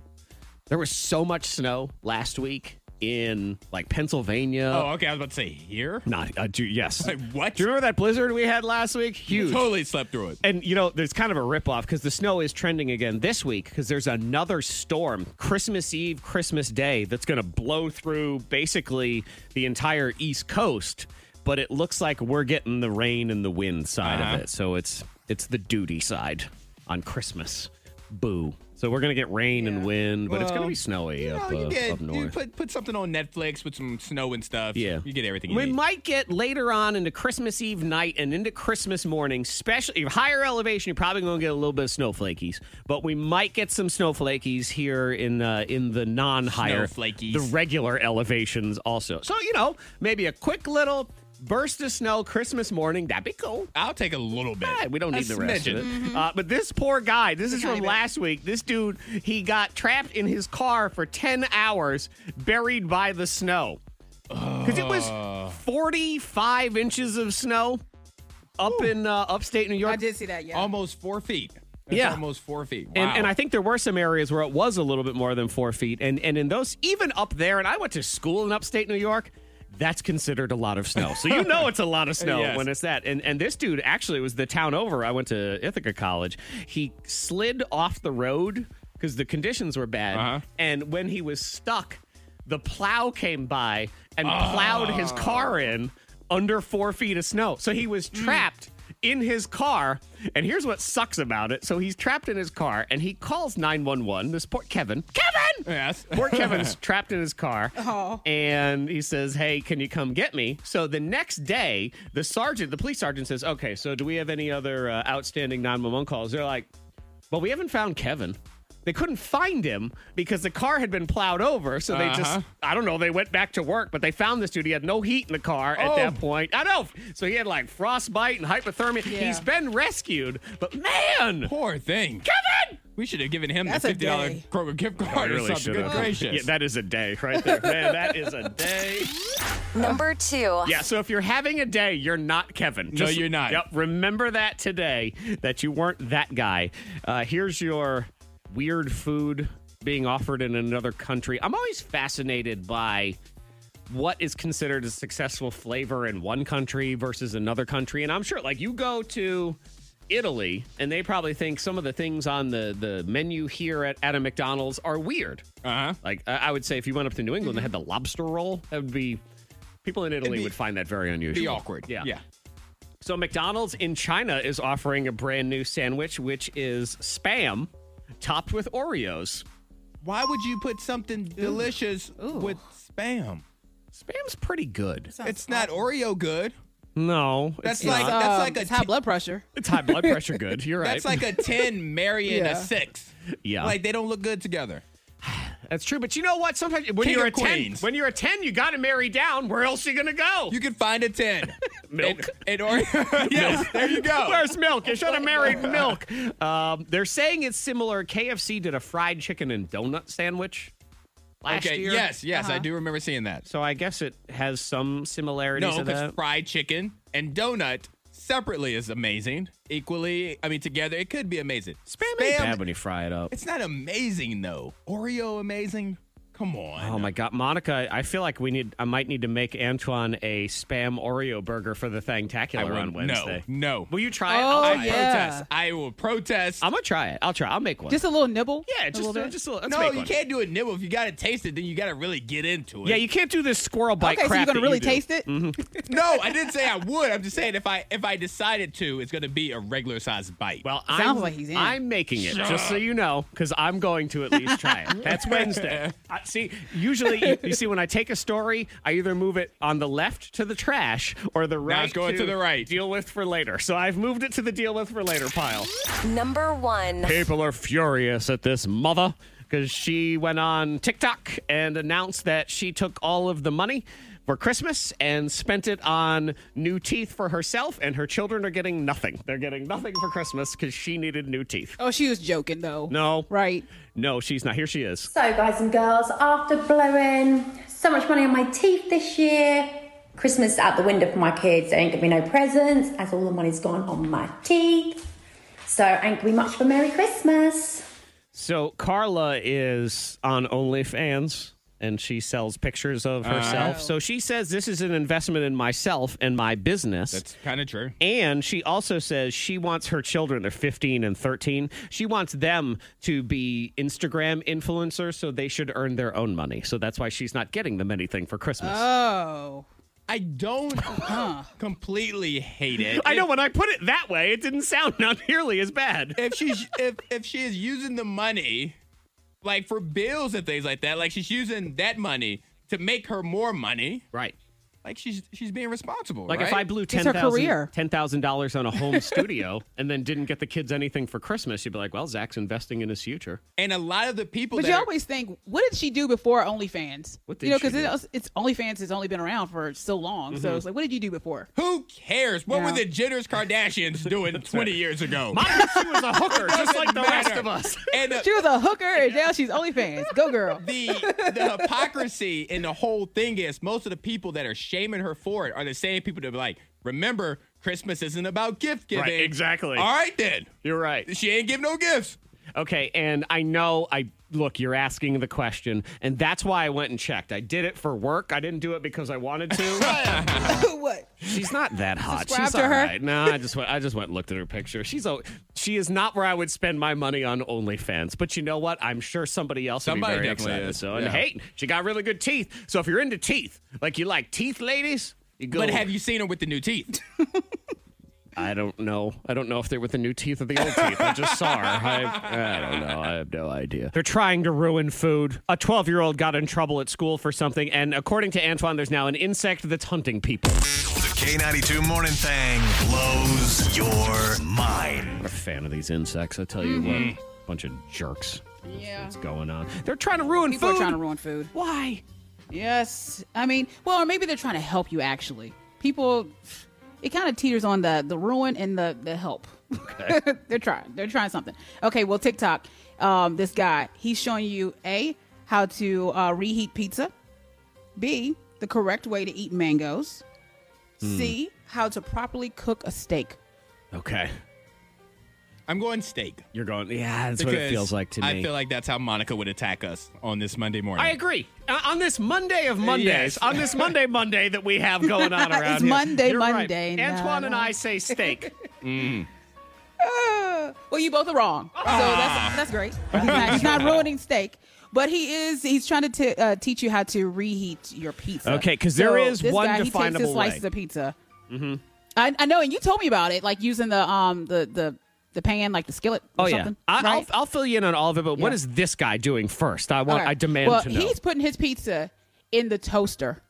Speaker 3: There was so much snow last week in like Pennsylvania.
Speaker 4: oh, okay. I was about to say here.
Speaker 3: Not, uh, do, yes.
Speaker 4: Wait, what?
Speaker 3: Do you remember that blizzard we had last week? Huge.
Speaker 4: Totally slept through it.
Speaker 3: And you know, there's kind of a ripoff because the snow is trending again this week because there's another storm, Christmas Eve, Christmas Day, that's going to blow through basically the entire East Coast. But it looks like we're getting the rain and the wind side
Speaker 4: Uh-huh.
Speaker 3: of it, so it's it's the duty side on Christmas. Boo! So we're gonna get rain and wind, but it's gonna
Speaker 4: Well,
Speaker 3: be snowy
Speaker 4: You
Speaker 3: up,
Speaker 4: know, you
Speaker 3: uh,
Speaker 4: get
Speaker 3: up north.
Speaker 4: you put put something on Netflix with some snow and stuff.
Speaker 3: Yeah.
Speaker 4: you get everything. You
Speaker 3: we
Speaker 4: need.
Speaker 3: might get later on into Christmas Eve night and into Christmas morning, especially higher elevation, you're probably going to get a little bit of snowflakies, but we might get some snowflakies here in uh, in the non-higher
Speaker 4: Snowflakies.
Speaker 3: the regular elevations also. So, you know, maybe a quick little burst of snow Christmas morning, that'd be cool.
Speaker 4: I'll take a little bit.
Speaker 3: Hey, we don't
Speaker 4: A
Speaker 3: need the rest of it.
Speaker 4: smidgen. Mm-hmm.
Speaker 3: Uh, but this poor guy, this is
Speaker 5: tiny
Speaker 3: from
Speaker 5: bit.
Speaker 3: last week. This dude, he got trapped in his car for 10 hours, buried by the snow. Because it was 45 inches of snow up in uh, upstate New
Speaker 5: I
Speaker 3: York.
Speaker 5: did see that. Yeah.
Speaker 4: Almost four feet. That's
Speaker 3: Yeah.
Speaker 4: almost four feet. Wow.
Speaker 3: And, and I think there were some areas where it was a little bit more than four feet. And, and in those, even up there, and I went to school in upstate New York. That's considered a lot of snow. So you know it's a lot of snow
Speaker 4: Yes.
Speaker 3: when it's that. And and this dude actually was the town over. I went to Ithaca College. He slid off the road because the conditions were bad.
Speaker 4: Uh-huh.
Speaker 3: And when he was stuck, the plow came by and plowed his car in under four feet of snow. So he was trapped in his car. And here's what sucks about it. So he's trapped in his car and he calls 911. This poor Kevin. Kevin!
Speaker 4: Yes.
Speaker 3: Poor Kevin's trapped in his car.
Speaker 5: Oh.
Speaker 3: And he says, Hey, can you come get me? So the next day, the sergeant, the police sergeant says, Okay, so do we have any other uh, outstanding 911 calls? They're like, Well, we haven't found Kevin. They couldn't find him because the car had been plowed over. So they
Speaker 4: Uh-huh.
Speaker 3: just, I don't know, they went back to work, but they found this dude. He had no heat in the car
Speaker 4: Oh.
Speaker 3: at that point. I know. So he had like frostbite and hypothermia.
Speaker 5: Yeah.
Speaker 3: He's been rescued, but man,
Speaker 4: poor thing.
Speaker 3: Kevin!
Speaker 4: We should have given him
Speaker 5: That's
Speaker 4: the
Speaker 5: a
Speaker 4: fifty dollar
Speaker 5: day.
Speaker 4: Kroger gift card or something. Good gracious.
Speaker 3: Yeah, that is a day right there. Man, that is a day.
Speaker 7: Number two.
Speaker 3: Yeah, so if you're having a day, you're not Kevin.
Speaker 4: No, you're not.
Speaker 3: Yep, remember that today that you weren't that guy. Uh, here's your weird food being offered in another country. I'm always fascinated by what is considered a successful flavor in one country versus another country. And I'm sure, like, you go to Italy, and they probably think some of the things on the, the menu here at, at a McDonald's are weird.
Speaker 4: uh-huh.
Speaker 3: Like, I I would say if you went up to New England and had the lobster roll, that would be. People in Italy
Speaker 4: be-
Speaker 3: would find that very unusual.
Speaker 4: Be awkward.
Speaker 3: Yeah.
Speaker 4: Yeah.
Speaker 3: So McDonald's in China is offering a brand new sandwich, which is spam topped with Oreos.
Speaker 4: Why would you put something delicious with spam?
Speaker 3: Spam's pretty good.
Speaker 4: It's not Oreo good.
Speaker 3: No,
Speaker 4: That's
Speaker 3: it's
Speaker 4: like
Speaker 3: not.
Speaker 4: that's
Speaker 5: Um,
Speaker 4: like a
Speaker 5: it's high
Speaker 4: t-
Speaker 5: blood pressure.
Speaker 3: it's high blood pressure. Good, you're right.
Speaker 4: that's like a ten marrying
Speaker 5: Yeah.
Speaker 4: a six.
Speaker 3: Yeah.
Speaker 4: like they don't look good together.
Speaker 3: That's true, but you know what? Sometimes when
Speaker 4: King
Speaker 3: you're a
Speaker 4: of
Speaker 3: ten,
Speaker 4: Queens.
Speaker 3: when you're a ten, you got to marry down. Where else are you gonna go?
Speaker 4: You can find a ten.
Speaker 3: Milk.
Speaker 4: and, and Oreo. yes, there you go.
Speaker 3: Where's milk? You should have married milk. Um, they're saying it's similar. KFC did a fried chicken and donut sandwich last
Speaker 4: okay.
Speaker 3: year. Uh-huh.
Speaker 4: Yes, yes, I do remember seeing that.
Speaker 3: So I guess it has some similarities
Speaker 4: No,
Speaker 3: to
Speaker 4: because
Speaker 3: that.
Speaker 4: fried chicken and donut separately is amazing. Equally, I mean, together it could be amazing.
Speaker 3: Spam ain't bad when you fry it up.
Speaker 4: It's not amazing though. Oreo amazing. Come on.
Speaker 3: Oh my God, Monica! I feel like we need. I might need to make Antoine a spam Oreo burger for the
Speaker 4: I
Speaker 3: Thangtacular on
Speaker 4: would- no,
Speaker 3: Wednesday.
Speaker 4: no.
Speaker 3: Will you try it?
Speaker 5: Oh,
Speaker 3: I'll
Speaker 4: I
Speaker 3: try it.
Speaker 5: yeah.
Speaker 4: protest. I will protest.
Speaker 3: I'm gonna try it. I'll try. I'll make one.
Speaker 5: Just a little nibble.
Speaker 3: yeah,
Speaker 5: A
Speaker 3: just
Speaker 5: little
Speaker 3: uh,
Speaker 5: bit.
Speaker 3: just a little. let's
Speaker 4: no,
Speaker 3: make
Speaker 4: you
Speaker 3: one.
Speaker 4: can't do a nibble. If you gotta taste it, then you gotta really get into it.
Speaker 3: Yeah, you can't do this squirrel bite
Speaker 5: okay, so you're
Speaker 3: crap
Speaker 5: gonna
Speaker 3: that
Speaker 5: really
Speaker 3: you do. Mm-hmm.
Speaker 5: taste it.
Speaker 4: No, I didn't say I would. I'm just saying if I if I decided to, it's gonna be a regular sized bite.
Speaker 3: Well,
Speaker 5: Sounds
Speaker 3: I'm,
Speaker 5: like he's in.
Speaker 3: I'm making it, just so you know, because I'm going to at least try it. That's Wednesday. I, see, usually, you, you see, when I take a story, I either move it on the left to the trash or the right.
Speaker 4: it's going to the right.
Speaker 3: Deal with for later. So I've moved it to the deal with for later pile.
Speaker 7: Number one.
Speaker 3: People are furious at this mother because she went on TikTok and announced that she took all of the money for Christmas and spent it on new teeth for herself, and her children are getting nothing. They're getting nothing for Christmas because she needed new teeth.
Speaker 5: Oh, she was joking though.
Speaker 3: No.
Speaker 5: Right.
Speaker 3: No, she's not. Here she is.
Speaker 8: So, guys and girls, after blowing so much money on my teeth this year, Christmas is out the window for my kids. There ain't gonna be no presents, as all the money's gone on my teeth. So, ain't gonna be much for Merry Christmas.
Speaker 3: So Carla is on OnlyFans and she sells pictures
Speaker 4: Oh.
Speaker 3: of herself. So she says this is an investment in myself and my business.
Speaker 4: that's kind of true.
Speaker 3: And she also says she wants her children, they're 15 and 13, she wants them to be Instagram influencers so they should earn their own money. So that's why she's not getting them anything for Christmas.
Speaker 5: Oh.
Speaker 4: I don't completely hate it.
Speaker 3: I know when I put it that way, it didn't sound not nearly as bad.
Speaker 4: if she's if if she is using the money like for bills and things like that, like she's using that money to make her more money,
Speaker 3: Right.
Speaker 4: like she's she's being responsible.
Speaker 3: Like if
Speaker 4: right?
Speaker 3: I blew
Speaker 5: her
Speaker 3: ten thousand
Speaker 5: career.
Speaker 3: ten thousand dollars on a home studio and then didn't get the kids anything for Christmas, you'd be like, "Well, Zach's investing in his future."
Speaker 4: and a lot of the people
Speaker 5: But
Speaker 4: that
Speaker 5: you
Speaker 4: are-
Speaker 5: always think, what did she do before OnlyFans?
Speaker 3: What
Speaker 5: you know,
Speaker 3: did she
Speaker 5: because
Speaker 3: do? Mm-hmm.
Speaker 5: it's, it's OnlyFans has only been around for so long. So it's like, what did you do before?
Speaker 4: who cares? What
Speaker 5: Yeah.
Speaker 4: were the Jitters Kardashians doing 20 years ago?
Speaker 3: Monica, she was a hooker, just like the rest
Speaker 4: matter.
Speaker 3: of us.
Speaker 4: and uh,
Speaker 5: She was a hooker, and now she's OnlyFans. Go girl.
Speaker 4: the the hypocrisy in the whole thing is most of the people that are shaming her for it are the same people that be like, remember, Christmas isn't about gift giving.
Speaker 3: Right, exactly.
Speaker 4: All right then.
Speaker 3: You're right.
Speaker 4: She ain't give no gifts.
Speaker 3: Okay, and I know I look. You're asking the question, and that's why I went and checked. I did it for work. I didn't do it because I wanted to.
Speaker 5: what?
Speaker 3: She's not that hot.
Speaker 5: Subscribe
Speaker 3: She's
Speaker 5: to
Speaker 3: all
Speaker 5: her.
Speaker 3: right. No, I just went. I just went and looked at her picture. She's a. She is not where I would spend my money on OnlyFans. But you know what? I'm sure somebody else.
Speaker 4: Somebody
Speaker 3: would be very
Speaker 4: definitely
Speaker 3: excited.
Speaker 4: is.
Speaker 3: So and
Speaker 4: Yeah.
Speaker 3: hey, she got really good teeth. So if you're into teeth, like you like teeth, ladies. You go.
Speaker 4: But have you seen her with the new teeth?
Speaker 3: I don't know. I don't know if they're with the new teeth or the old teeth. I just saw her. I, I don't know. I have no idea. They're trying to ruin food. A 12 year old got in trouble at school for something, and according to Antoine, there's now an insect that's hunting people.
Speaker 9: The K92 Morning Thang blows your mind.
Speaker 3: I'm a fan of these insects. I tell you
Speaker 5: Mm-hmm.
Speaker 3: what, bunch of jerks.
Speaker 5: Yeah.
Speaker 3: What's going on? They're trying to ruin
Speaker 5: People
Speaker 3: food.
Speaker 5: are trying to ruin food.
Speaker 3: Why?
Speaker 5: Yes. I mean, well, or maybe they're trying to help you actually. People it kind of teeters on the the ruin and the the help. they're trying. They're trying something. Okay, well, TikTok, um this guy, he's showing you A how to uh, reheat pizza. B, the correct way to eat mangoes. C, how to properly cook a steak.
Speaker 3: Okay.
Speaker 4: I'm going steak.
Speaker 3: You're going, yeah, that's what it
Speaker 4: Because
Speaker 3: feels like to me.
Speaker 4: I feel like that's how Monica would attack us on this Monday morning.
Speaker 3: I agree. Uh, on this Monday of Mondays,
Speaker 4: Yes.
Speaker 3: on this Monday Monday that we have going on around
Speaker 5: It's
Speaker 3: here,
Speaker 5: Monday,
Speaker 3: you're right.
Speaker 5: Monday, nah,
Speaker 3: Antoine and
Speaker 5: nah.
Speaker 3: I say steak.
Speaker 5: Uh, well, you both are wrong. So
Speaker 3: Ah.
Speaker 5: that's, that's great. He's not, he's not ruining steak. But he is, he's trying to t- uh, teach you how to reheat your pizza.
Speaker 3: Okay, 'cause there is
Speaker 5: this
Speaker 3: one
Speaker 5: guy, He takes
Speaker 3: definable
Speaker 5: his slices
Speaker 3: way. Mm-hmm.
Speaker 5: of pizza. I, I know, and you told me about it, like using the um the the, the pan, like the skillet or
Speaker 3: Oh yeah,
Speaker 5: something.
Speaker 3: I,
Speaker 5: right?
Speaker 3: I'll, I'll fill you in on all of it. But what
Speaker 5: Yeah.
Speaker 3: is this guy doing first? I want.
Speaker 5: All right.
Speaker 3: I demand
Speaker 5: well,
Speaker 3: to know.
Speaker 5: he's putting his pizza in the toaster.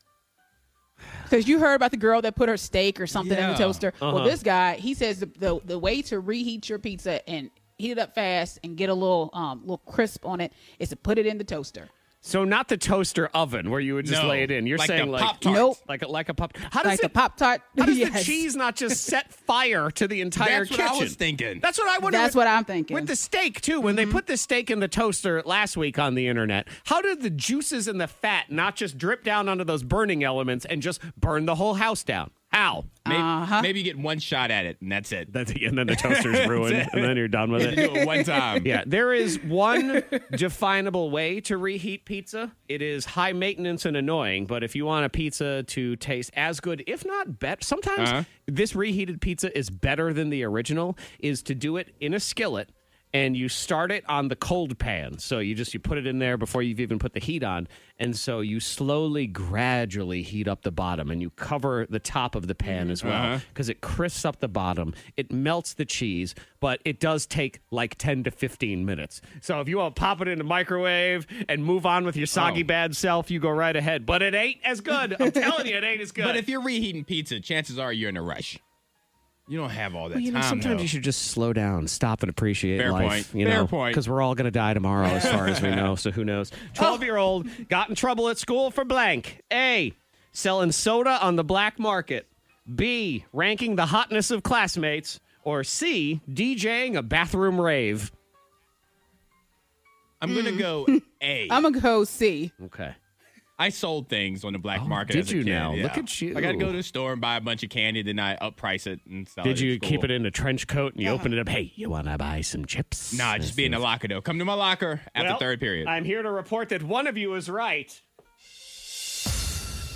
Speaker 5: Because you heard about the girl that put her steak or something in
Speaker 4: Yeah.
Speaker 5: the toaster.
Speaker 3: Uh-huh.
Speaker 5: Well, this guy, he says the, the the way to reheat your pizza and heat it up fast and get a little um little crisp on it is to put it in the toaster.
Speaker 3: So not the toaster oven where you would just
Speaker 4: No.
Speaker 3: lay it in. You're
Speaker 4: Like the
Speaker 3: saying like
Speaker 4: Pop-Tart.
Speaker 5: Nope.
Speaker 3: like a, like a pop. How does
Speaker 5: Like
Speaker 3: it,
Speaker 5: the Pop Tart.
Speaker 3: How does the cheese not just set fire to the entire
Speaker 4: That's what
Speaker 3: kitchen?
Speaker 4: I was thinking.
Speaker 3: That's what I wonder.
Speaker 5: That's what I'm thinking. Mm-hmm.
Speaker 3: With the steak too, when they put the steak in the toaster last week on the internet, how did the juices and the fat not just drip down onto those burning elements and just burn the whole house down? How?
Speaker 4: Maybe,
Speaker 3: Uh-huh.
Speaker 4: maybe you get one shot at it and that's it.
Speaker 5: Uh,
Speaker 3: That's, and then the toaster's ruined, and then you're done with
Speaker 4: You do it one time.
Speaker 3: Um, Yeah, there is one definable way to reheat pizza. It is high maintenance and annoying, but if you want a pizza to taste as good, if not better, sometimes
Speaker 4: Uh-huh.
Speaker 3: this reheated pizza is better than the original, is to do it in a skillet and you start it on the cold pan. So you just you put it in there before you've even put the heat on. And so you slowly gradually heat up the bottom and you cover the top of the pan as
Speaker 4: Uh-huh.
Speaker 3: well because it crisps up the bottom. It melts the cheese, but it does take like 10 to 15 minutes. So if you want to pop it in the microwave and move on with your soggy
Speaker 4: Oh.
Speaker 3: bad self, you go right ahead. But it ain't as good. I'm telling you, it ain't as good.
Speaker 4: But if you're reheating pizza, chances are you're in a rush. You don't have all that
Speaker 3: you know,
Speaker 4: time.
Speaker 3: sometimes
Speaker 4: though.
Speaker 3: you should just slow down, stop, and appreciate
Speaker 4: Fair
Speaker 3: life.
Speaker 4: point.
Speaker 3: You
Speaker 4: Fair
Speaker 3: know,
Speaker 4: point. Oh.
Speaker 3: Because we're all going to die tomorrow, as far as we know. So who knows? Twelve-year-old got in trouble at school for blank. A. Selling soda on the black market. B. Ranking the hotness of classmates. Or C. DJing a bathroom rave.
Speaker 4: I'm
Speaker 3: Mm.
Speaker 4: gonna go A.
Speaker 5: I'm gonna go see.
Speaker 3: Okay.
Speaker 4: I sold things on the black
Speaker 3: Oh,
Speaker 4: market.
Speaker 3: did
Speaker 4: as a
Speaker 3: you
Speaker 4: kid,
Speaker 3: now?
Speaker 4: yeah.
Speaker 3: Look at you.
Speaker 4: I gotta go to the store and buy a bunch of candy, then I upprice it and sell
Speaker 3: Did you
Speaker 4: at
Speaker 3: keep
Speaker 4: school.
Speaker 3: it in a trench coat and you open it up? Hey, you want to buy some chips?
Speaker 4: Nah, just be in the locker though. Come to my locker after
Speaker 3: Well,
Speaker 4: third period.
Speaker 3: I'm here to report that one of you is right.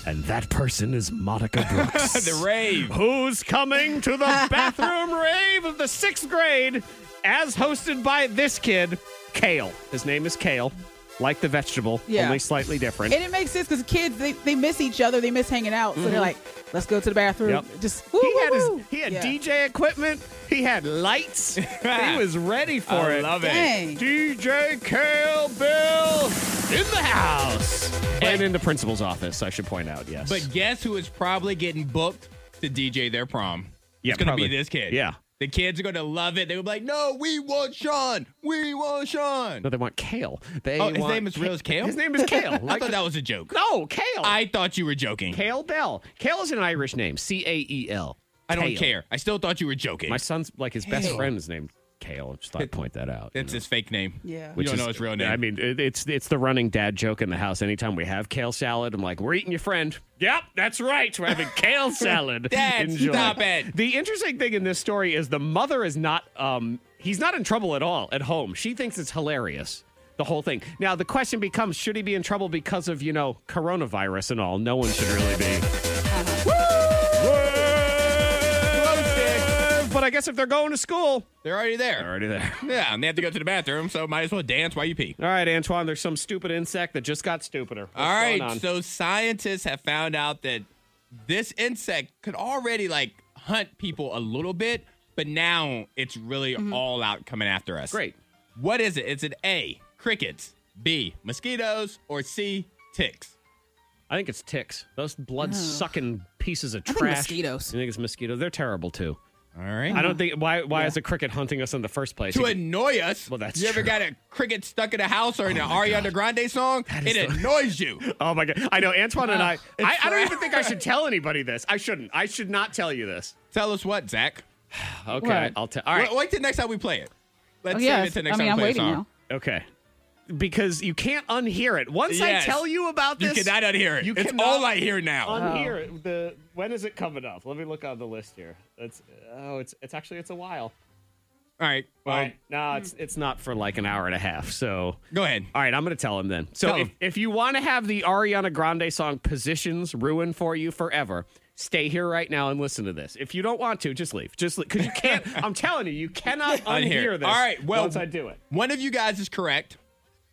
Speaker 3: And that person is Monica Brooks.
Speaker 4: the rave.
Speaker 3: Who's coming to the bathroom rave of the sixth grade as hosted by this kid, Kale? His name is Kale, like the vegetable,
Speaker 5: Yeah.
Speaker 3: only slightly different.
Speaker 5: And it makes sense because kids they, they miss each other, they miss hanging out, so they're like, let's go to the bathroom.
Speaker 3: Mm-hmm. Yep.
Speaker 5: Just woo,
Speaker 3: he
Speaker 5: woo,
Speaker 3: had his
Speaker 5: woo.
Speaker 3: he had
Speaker 5: Yeah.
Speaker 3: DJ equipment, he had lights, he was ready for
Speaker 4: I
Speaker 3: it.
Speaker 4: love it.
Speaker 5: Dang.
Speaker 3: DJ Kale Bill in the house. and in the principal's office, I should point out, yes.
Speaker 4: But guess who is probably getting booked to DJ their prom?
Speaker 3: Yeah,
Speaker 4: it's gonna
Speaker 3: probably.
Speaker 4: be this kid.
Speaker 3: Yeah.
Speaker 4: The kids are gonna love it. They're gonna be like, no, we want Sean. We want Sean.
Speaker 3: no, they want Kale. They
Speaker 4: Oh, his
Speaker 3: want-
Speaker 4: name is real as Kale?
Speaker 3: His name is Kale.
Speaker 4: I thought that was a joke.
Speaker 3: No, Kale.
Speaker 4: I thought you were joking.
Speaker 3: Kale Bell. Kale is an Irish name. C A E L.
Speaker 4: I don't
Speaker 3: Kale.
Speaker 4: care. I still thought you were joking.
Speaker 3: My son's like his best friend is named Kale. Just thought I'd point that out. you
Speaker 4: That's
Speaker 3: know.
Speaker 4: his fake name.
Speaker 5: Yeah.
Speaker 4: You
Speaker 5: Which
Speaker 4: don't
Speaker 3: is-
Speaker 4: know his real name.
Speaker 3: I mean, it, it's it's the running dad joke in the house. Anytime we have kale salad, I'm like, we're eating your friend. Yep, that's right. We're having kale salad.
Speaker 4: Dad,
Speaker 3: Enjoy.
Speaker 4: stop it.
Speaker 3: The interesting thing in this story is the mother is not. Um, he's not in trouble at all at home. She thinks it's hilarious. The whole thing. Now the question becomes: Should he be in trouble because of you know coronavirus and all? No one should really be. Woo! But I guess if they're going to school,
Speaker 4: They're already there.
Speaker 3: they're already there.
Speaker 4: Yeah, and they have to go to the bathroom, so might as well dance while you pee.
Speaker 3: All right, Antoine, there's some stupid insect that just got stupider. What's
Speaker 4: All
Speaker 3: going
Speaker 4: right,
Speaker 3: on?
Speaker 4: so scientists have found out that this insect could already like hunt people a little bit, but now it's really all out coming after us.
Speaker 3: Mm-hmm. Great.
Speaker 4: What is it? It's an A, crickets, B, mosquitoes, or C, ticks.
Speaker 3: I think it's ticks. Those blood sucking pieces of
Speaker 5: Oh. I think
Speaker 3: trash.
Speaker 5: mosquitoes. Mm-hmm.
Speaker 3: You think it's mosquitoes? They're terrible too.
Speaker 4: All right.
Speaker 3: I don't think why why is a cricket hunting us in the first place?
Speaker 4: to
Speaker 3: You-
Speaker 4: annoy us.
Speaker 3: Well, that's
Speaker 4: You ever
Speaker 3: true.
Speaker 4: got a cricket stuck in a house or in an Ariana Grande song? It annoys you.
Speaker 3: oh my god. I know Antoine and I I, I don't
Speaker 4: fra-
Speaker 3: even think I should tell anybody this. I shouldn't. I should not tell you this.
Speaker 4: Tell us what, Zach.
Speaker 3: Okay.
Speaker 5: What?
Speaker 3: I'll tell all right.
Speaker 4: Wait, wait till next time we play it. Let's
Speaker 5: Oh,
Speaker 4: save
Speaker 5: yeah,
Speaker 4: it till
Speaker 5: I
Speaker 4: next
Speaker 5: mean,
Speaker 4: time
Speaker 5: I'm
Speaker 4: we play a
Speaker 5: waiting
Speaker 4: song.
Speaker 5: now.
Speaker 3: Okay. Because you can't unhear it. Once
Speaker 4: Yes.
Speaker 3: I tell you about
Speaker 4: You
Speaker 3: this,
Speaker 4: cannot unhear it.
Speaker 3: You
Speaker 4: It's
Speaker 3: cannot
Speaker 4: all I hear now.
Speaker 3: Unhear it. The when is it coming up? Let me look on the list here. It's oh, it's it's actually it's a while.
Speaker 4: All right. Well, Hmm.
Speaker 3: All right. No, it's it's not for like an hour and a half. So
Speaker 4: go ahead.
Speaker 3: All right, I'm going to tell him then. So
Speaker 4: Tell
Speaker 3: if,
Speaker 4: him.
Speaker 3: if you want to have the Ariana Grande song "Positions" ruined for you forever, stay here right now and listen to this. If you don't want to, just leave. Just because you can't. I'm telling you, you cannot
Speaker 4: Unhear.
Speaker 3: unhear this.
Speaker 4: All right, well-
Speaker 3: once I do it.
Speaker 4: One of you guys is correct.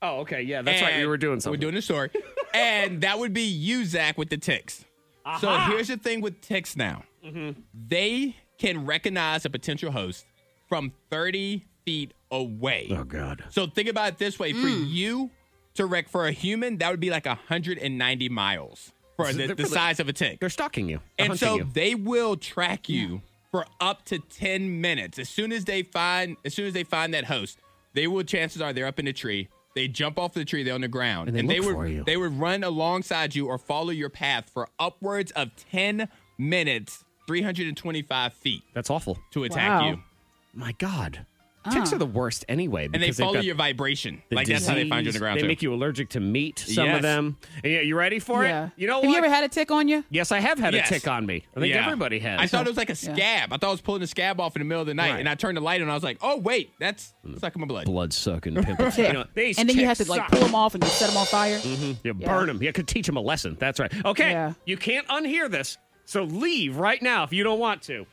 Speaker 3: Oh, okay, yeah, that's right. You
Speaker 4: and-
Speaker 3: were doing something.
Speaker 4: We're doing a story. and that would be you, Zach, with the ticks. So here's the thing with ticks now they can recognize a potential host from 30 feet away.
Speaker 3: Oh Mm. God.
Speaker 4: So think about it this way for you to wreck for a human, that would be like 190 miles. for the,
Speaker 3: They're
Speaker 4: the
Speaker 3: really-
Speaker 4: size of a tick.
Speaker 3: They're stalking you. They're
Speaker 4: And
Speaker 3: hunting
Speaker 4: so
Speaker 3: you.
Speaker 4: they will track you for up to 10 minutes. As soon as they find as soon as they find that host, they will chances are they're up in the tree. They jump off the tree, they're on the ground.
Speaker 3: And they look
Speaker 4: would
Speaker 3: for you.
Speaker 4: they would run alongside you or follow your path for upwards of 10 minutes, 325 feet
Speaker 3: That's awful.
Speaker 4: to attack
Speaker 5: Wow.
Speaker 4: you.
Speaker 3: My God. Ticks
Speaker 5: Ah.
Speaker 3: are the worst anyway.
Speaker 4: And they
Speaker 3: because they've
Speaker 4: follow
Speaker 3: got
Speaker 4: your vibration.
Speaker 3: the
Speaker 4: Like that's how they find you on the
Speaker 3: disease.
Speaker 4: ground.
Speaker 3: They
Speaker 4: too.
Speaker 3: make you allergic to meat, some
Speaker 4: Yes.
Speaker 3: of them. And yeah, you ready for
Speaker 5: yeah.
Speaker 3: it? You know
Speaker 5: Have
Speaker 3: what?
Speaker 5: you ever had a tick on you?
Speaker 3: yes, I have had
Speaker 4: Yes.
Speaker 3: a tick on me. I think
Speaker 4: Yeah.
Speaker 3: everybody has.
Speaker 4: I thought it was like a scab. I thought I was pulling the scab off in the middle of the night,
Speaker 3: Right.
Speaker 4: and I turned the light on. I was like, "Oh wait, that's
Speaker 3: Mm.
Speaker 4: sucking my blood."
Speaker 3: blood sucking pimples.
Speaker 5: Tick.
Speaker 3: You know, these
Speaker 5: and then you have to
Speaker 3: ticks
Speaker 5: like
Speaker 3: suck. Mm-hmm.
Speaker 5: pull them off and just set them on fire.
Speaker 3: You
Speaker 5: Yeah.
Speaker 3: burn them. You could teach them a lesson. That's right. Okay.
Speaker 5: Yeah.
Speaker 3: You can't unhear this. So leave right now if you don't want to.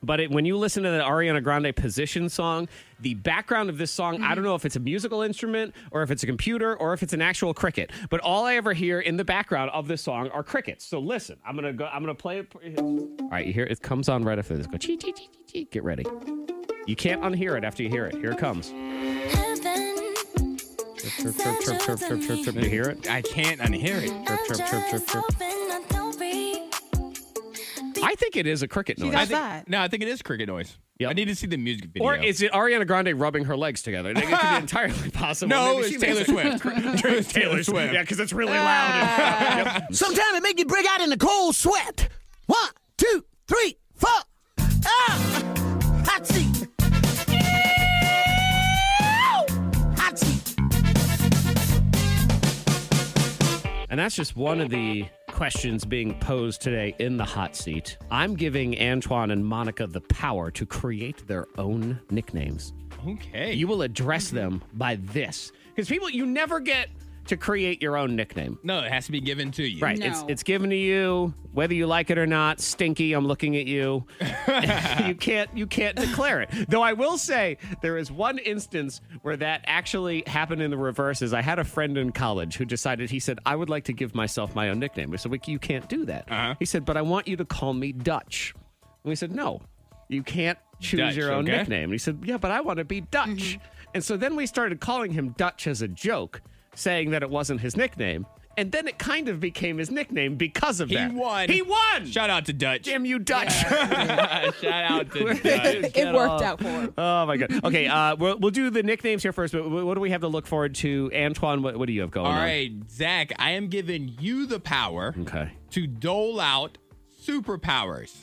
Speaker 3: But it, when you listen to the Ariana Grande position song, the background of this song, I
Speaker 5: Mm-hmm.
Speaker 3: don't know if it's a musical instrument or if it's a computer or if it's an actual cricket, but all I ever hear in the background of this song are crickets. So listen, I'm going to go, I'm going to play it. All right. You hear it comes on right after this. Go, chee, chee, chee, chee, chee. Get ready. You can't unhear it after you hear it. Here it comes. Chirp, chirp, chirp, chirp, chirp, chirp, chirp. You hear it?
Speaker 4: I can't unhear it.
Speaker 3: Chirp, chirp, chirp, chirp, chirp. I think it is a cricket noise.
Speaker 5: got-
Speaker 4: I think-
Speaker 5: Outside.
Speaker 4: no, I think it is cricket noise.
Speaker 3: Yep.
Speaker 4: I need to see the music video.
Speaker 3: Or is it Ariana Grande rubbing her legs together? It could be entirely possible.
Speaker 4: no?
Speaker 3: Maybe she
Speaker 4: it's Taylor
Speaker 3: makes it- Ah.
Speaker 4: Swift. It's Taylor Swift.
Speaker 3: Yeah, because it's really loud.
Speaker 10: Sometimes it make you break out in a cold sweat. One, two, three, four. Ah! Hot seat. Ew! Hot seat.
Speaker 3: And that's just one of the questions being posed today in the hot seat. I'm giving Antoine and Monica the power to create their own nicknames.
Speaker 4: Okay.
Speaker 3: You will address them by this. Because people, you never get to create your own nickname.
Speaker 4: no, it has to be given to you.
Speaker 3: Right. It's
Speaker 5: No.
Speaker 3: it's given to you whether you like it or not. Stinky, I'm looking at you. you can't you can't declare it. Though I will say there is one instance where that actually happened in the reverse is I had a friend in college who decided he said I would like to give myself my own nickname. We said "Well, you can't do that.
Speaker 4: Uh-huh.
Speaker 3: He said but I want you to call me Dutch. And we said no. You can't choose
Speaker 4: Dutch,
Speaker 3: your own
Speaker 4: okay.
Speaker 3: nickname. And he said yeah, but I want to be Dutch.
Speaker 5: Mm-hmm.
Speaker 3: And so then we started calling him Dutch as a joke, saying that it wasn't his nickname. And then it kind of became his nickname because of
Speaker 4: He
Speaker 3: that.
Speaker 4: won.
Speaker 3: He won.
Speaker 4: Shout out to Dutch.
Speaker 3: Damn you, Dutch.
Speaker 4: Shout out to Dutch.
Speaker 5: It worked out for him.
Speaker 3: Oh my god. Okay, uh, we'll, we'll do the nicknames here first. But wh- what do we have to look forward to, Antoine? What, what do you have going
Speaker 4: All
Speaker 3: on?
Speaker 4: right, Zach. I am giving you the power
Speaker 3: Okay.
Speaker 4: to dole out superpowers.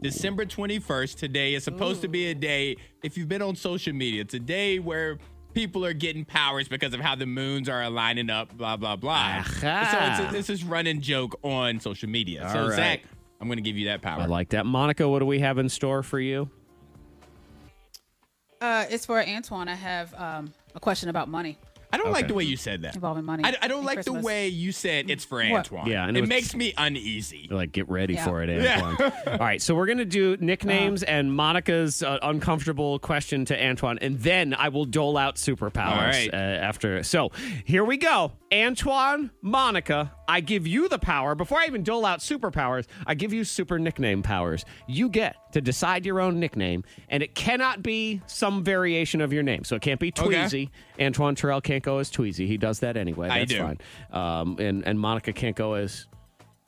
Speaker 4: December 21st, today is supposed to be a day, if you've been on social media, it's a day where people are getting powers because of how the moons are aligning up, blah, blah, blah.
Speaker 3: Aha.
Speaker 4: So it's a, this is running joke on social media. so,
Speaker 3: All right.
Speaker 4: Zach, I'm going to give you that power.
Speaker 3: I like that, Monica. What do we have in store for you?
Speaker 5: Uh, it's for Antoine. I have um, a question about money.
Speaker 4: I don't like
Speaker 3: Okay.
Speaker 4: the way you said that.
Speaker 5: Involving money
Speaker 4: I, I don't
Speaker 5: and
Speaker 4: like the
Speaker 5: Christmas.
Speaker 4: way you said it's for Antoine.
Speaker 3: Yeah, and
Speaker 4: it,
Speaker 3: it was-
Speaker 4: makes me uneasy.
Speaker 3: You're like, get ready
Speaker 5: Yeah.
Speaker 3: for it, Antoine. All right, so we're gonna do nicknames and Monica's uh, uncomfortable question to Antoine, and then I will dole out superpowers
Speaker 4: All right.
Speaker 3: uh, after. So here we go, Antoine, Monica. I give you the power. Before I even dole out superpowers, I give you super nickname powers. You get to decide your own nickname, and it cannot be some variation of your name. So it can't be
Speaker 4: Okay.
Speaker 3: Tweezy. Antoine Terrell can't go as Tweezy. He does that anyway.
Speaker 4: I
Speaker 3: That's
Speaker 4: do.
Speaker 3: fine. Um, and and Monica can't go as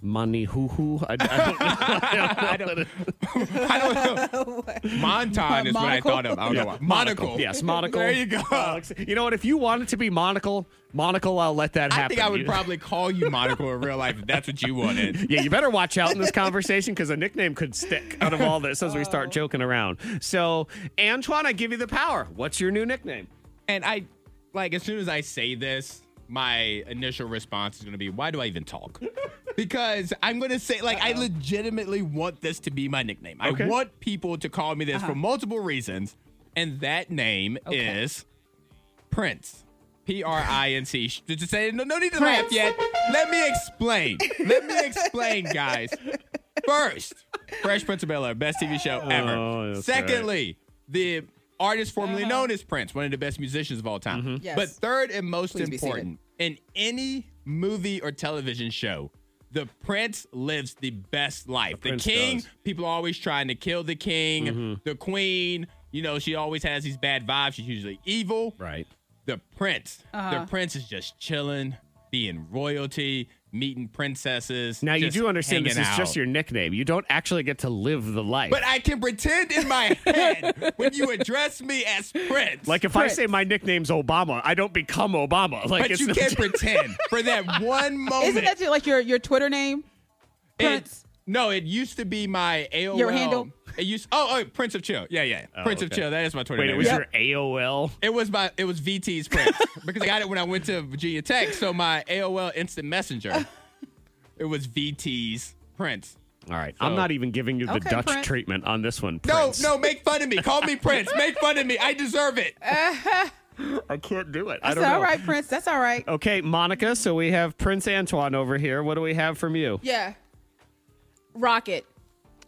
Speaker 3: Money hoo hoo. I, I don't know. I don't know.
Speaker 4: I don't know. Montan is what I
Speaker 5: Monocle?
Speaker 4: thought of. I don't know why.
Speaker 3: Monocle.
Speaker 4: Oh, Monocle.
Speaker 3: Yes, monocle.
Speaker 4: There you go.
Speaker 3: Alex. You know what? If you want it to be monocle, monocle, I'll let that happen.
Speaker 4: I think I would
Speaker 3: You-
Speaker 4: probably call you Monocle in real life if that's what you wanted.
Speaker 3: Yeah, you better watch out in this conversation because a nickname could stick out of all this as we
Speaker 4: Oh.
Speaker 3: start joking around. So, Antoine, I give you the power. What's your new nickname?
Speaker 4: And I, like, as soon as I say this, my initial response is going to be, why do I even talk? Because I'm going to say, like, I legitimately want this to be my nickname.
Speaker 3: Okay.
Speaker 4: I want people to call me this for multiple reasons. And that name is Prince. P R I N C. Sh- Did you say no? No need to laugh
Speaker 5: Prince.
Speaker 4: yet. Let me explain. Let me explain, guys. First, Fresh Prince of Bel Air, best TV show ever.
Speaker 3: Oh, that's
Speaker 4: Secondly, the artist
Speaker 3: Uh-huh.
Speaker 4: formerly known as Prince, one of the best musicians of all time.
Speaker 3: Mm-hmm.
Speaker 5: Yes.
Speaker 4: But third and most
Speaker 5: Please be seated.
Speaker 4: important, in any movie or television show, the prince lives the best life. The,
Speaker 3: prince
Speaker 4: king,
Speaker 3: does. Mm-hmm.
Speaker 4: people are always trying to kill the king. The queen, you know, she always has these bad vibes. She's usually evil
Speaker 3: Right.
Speaker 5: Uh-huh.
Speaker 4: the prince. The prince is just chilling, being royalty, meeting princesses.
Speaker 3: Now you
Speaker 4: just
Speaker 3: do understand this
Speaker 4: hanging
Speaker 3: is just
Speaker 4: out.
Speaker 3: your nickname. You don't actually get to live the life.
Speaker 4: But I can pretend in my head when you address me as Prince.
Speaker 3: like if I say my nickname's Obama, I don't become Obama. Like
Speaker 4: but
Speaker 3: it's
Speaker 4: you
Speaker 3: not-
Speaker 4: can't pretend for that one moment.
Speaker 5: Isn't that your, like your your Twitter name?
Speaker 4: It-
Speaker 5: Prince?
Speaker 4: no, it used to be my AOL.
Speaker 5: Your handle?
Speaker 4: It used. Oh, oh, Prince of Chill. Yeah, yeah. Prince
Speaker 3: Oh,
Speaker 4: of
Speaker 3: okay.
Speaker 4: Chill. That is my Twitter
Speaker 3: Wait,
Speaker 4: name.
Speaker 3: it was
Speaker 4: Yeah.
Speaker 3: your AOL.
Speaker 4: It was my it was VT's Prince because I got it when I went to Virginia Tech. So my AOL Instant Messenger, it was VT's Prince.
Speaker 3: All right, I'm not even giving you the
Speaker 5: Okay,
Speaker 3: Dutch
Speaker 5: Prince.
Speaker 3: treatment on this one.
Speaker 4: No,
Speaker 3: Prince.
Speaker 4: no, make fun of me. Call me Prince. Make fun of me. I deserve it.
Speaker 3: I can't do it. I
Speaker 5: That's
Speaker 3: don't
Speaker 5: all
Speaker 3: know. Oh.
Speaker 5: right, Prince. That's all right.
Speaker 3: Okay, Monica. So we have Prince Antoine over here. What do we have from you?
Speaker 5: Yeah. Rocket.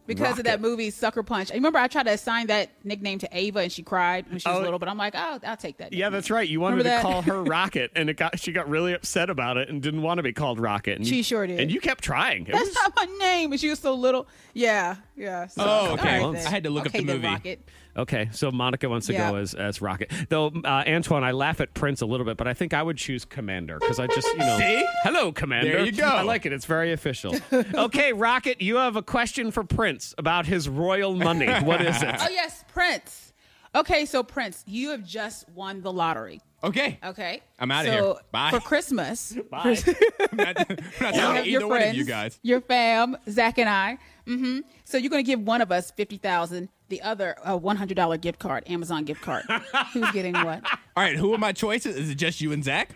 Speaker 5: Because of that movie Sucker Punch. I remember I tried to assign that nickname to Ava and she cried when she was
Speaker 3: Oh.
Speaker 5: little, but I'm like, oh, I'll take that.
Speaker 3: Yeah,
Speaker 5: nickname.
Speaker 3: that's right. You wanted
Speaker 5: Remember
Speaker 3: to
Speaker 5: that?
Speaker 3: call her Rocket, and it got she got really upset about it and didn't want to be called Rocket. And
Speaker 5: She
Speaker 3: you-
Speaker 5: sure did.
Speaker 3: And you kept trying. It
Speaker 5: That's
Speaker 3: was-
Speaker 5: not my name. And she was so little. Yeah, yeah. So,
Speaker 4: Oh, okay.
Speaker 5: all right then.
Speaker 4: I had to look up
Speaker 5: Okay,
Speaker 4: the
Speaker 5: then,
Speaker 4: movie.
Speaker 5: Rocket.
Speaker 3: okay, so Monica wants to
Speaker 5: Yeah.
Speaker 3: go as as Rocket. Though uh, Antoine, I laugh at Prince a little bit, but I think I would choose Commander because I just you know.
Speaker 4: See?
Speaker 3: Hello, Commander.
Speaker 4: There you go.
Speaker 3: I like it. It's very official. okay, Rocket, you have a question for Prince about his royal money. What is it?
Speaker 5: Oh yes, Prince. Okay, so Prince, you have just won the lottery.
Speaker 4: Okay,
Speaker 5: Okay,
Speaker 4: I'm outta
Speaker 5: So,
Speaker 4: here. Bye.
Speaker 5: for Christmas.
Speaker 4: I'm not, I'm not
Speaker 5: you
Speaker 4: talking
Speaker 5: have
Speaker 4: to
Speaker 5: your
Speaker 4: either one
Speaker 5: friends,
Speaker 4: of you guys.
Speaker 5: your fam, Zach and I. hmm So you're going to give one of us fifty thousand, the other a one hundred dollar gift card, Amazon gift card. Who's getting what?
Speaker 4: All right, who are my choices? Is it just you and Zach?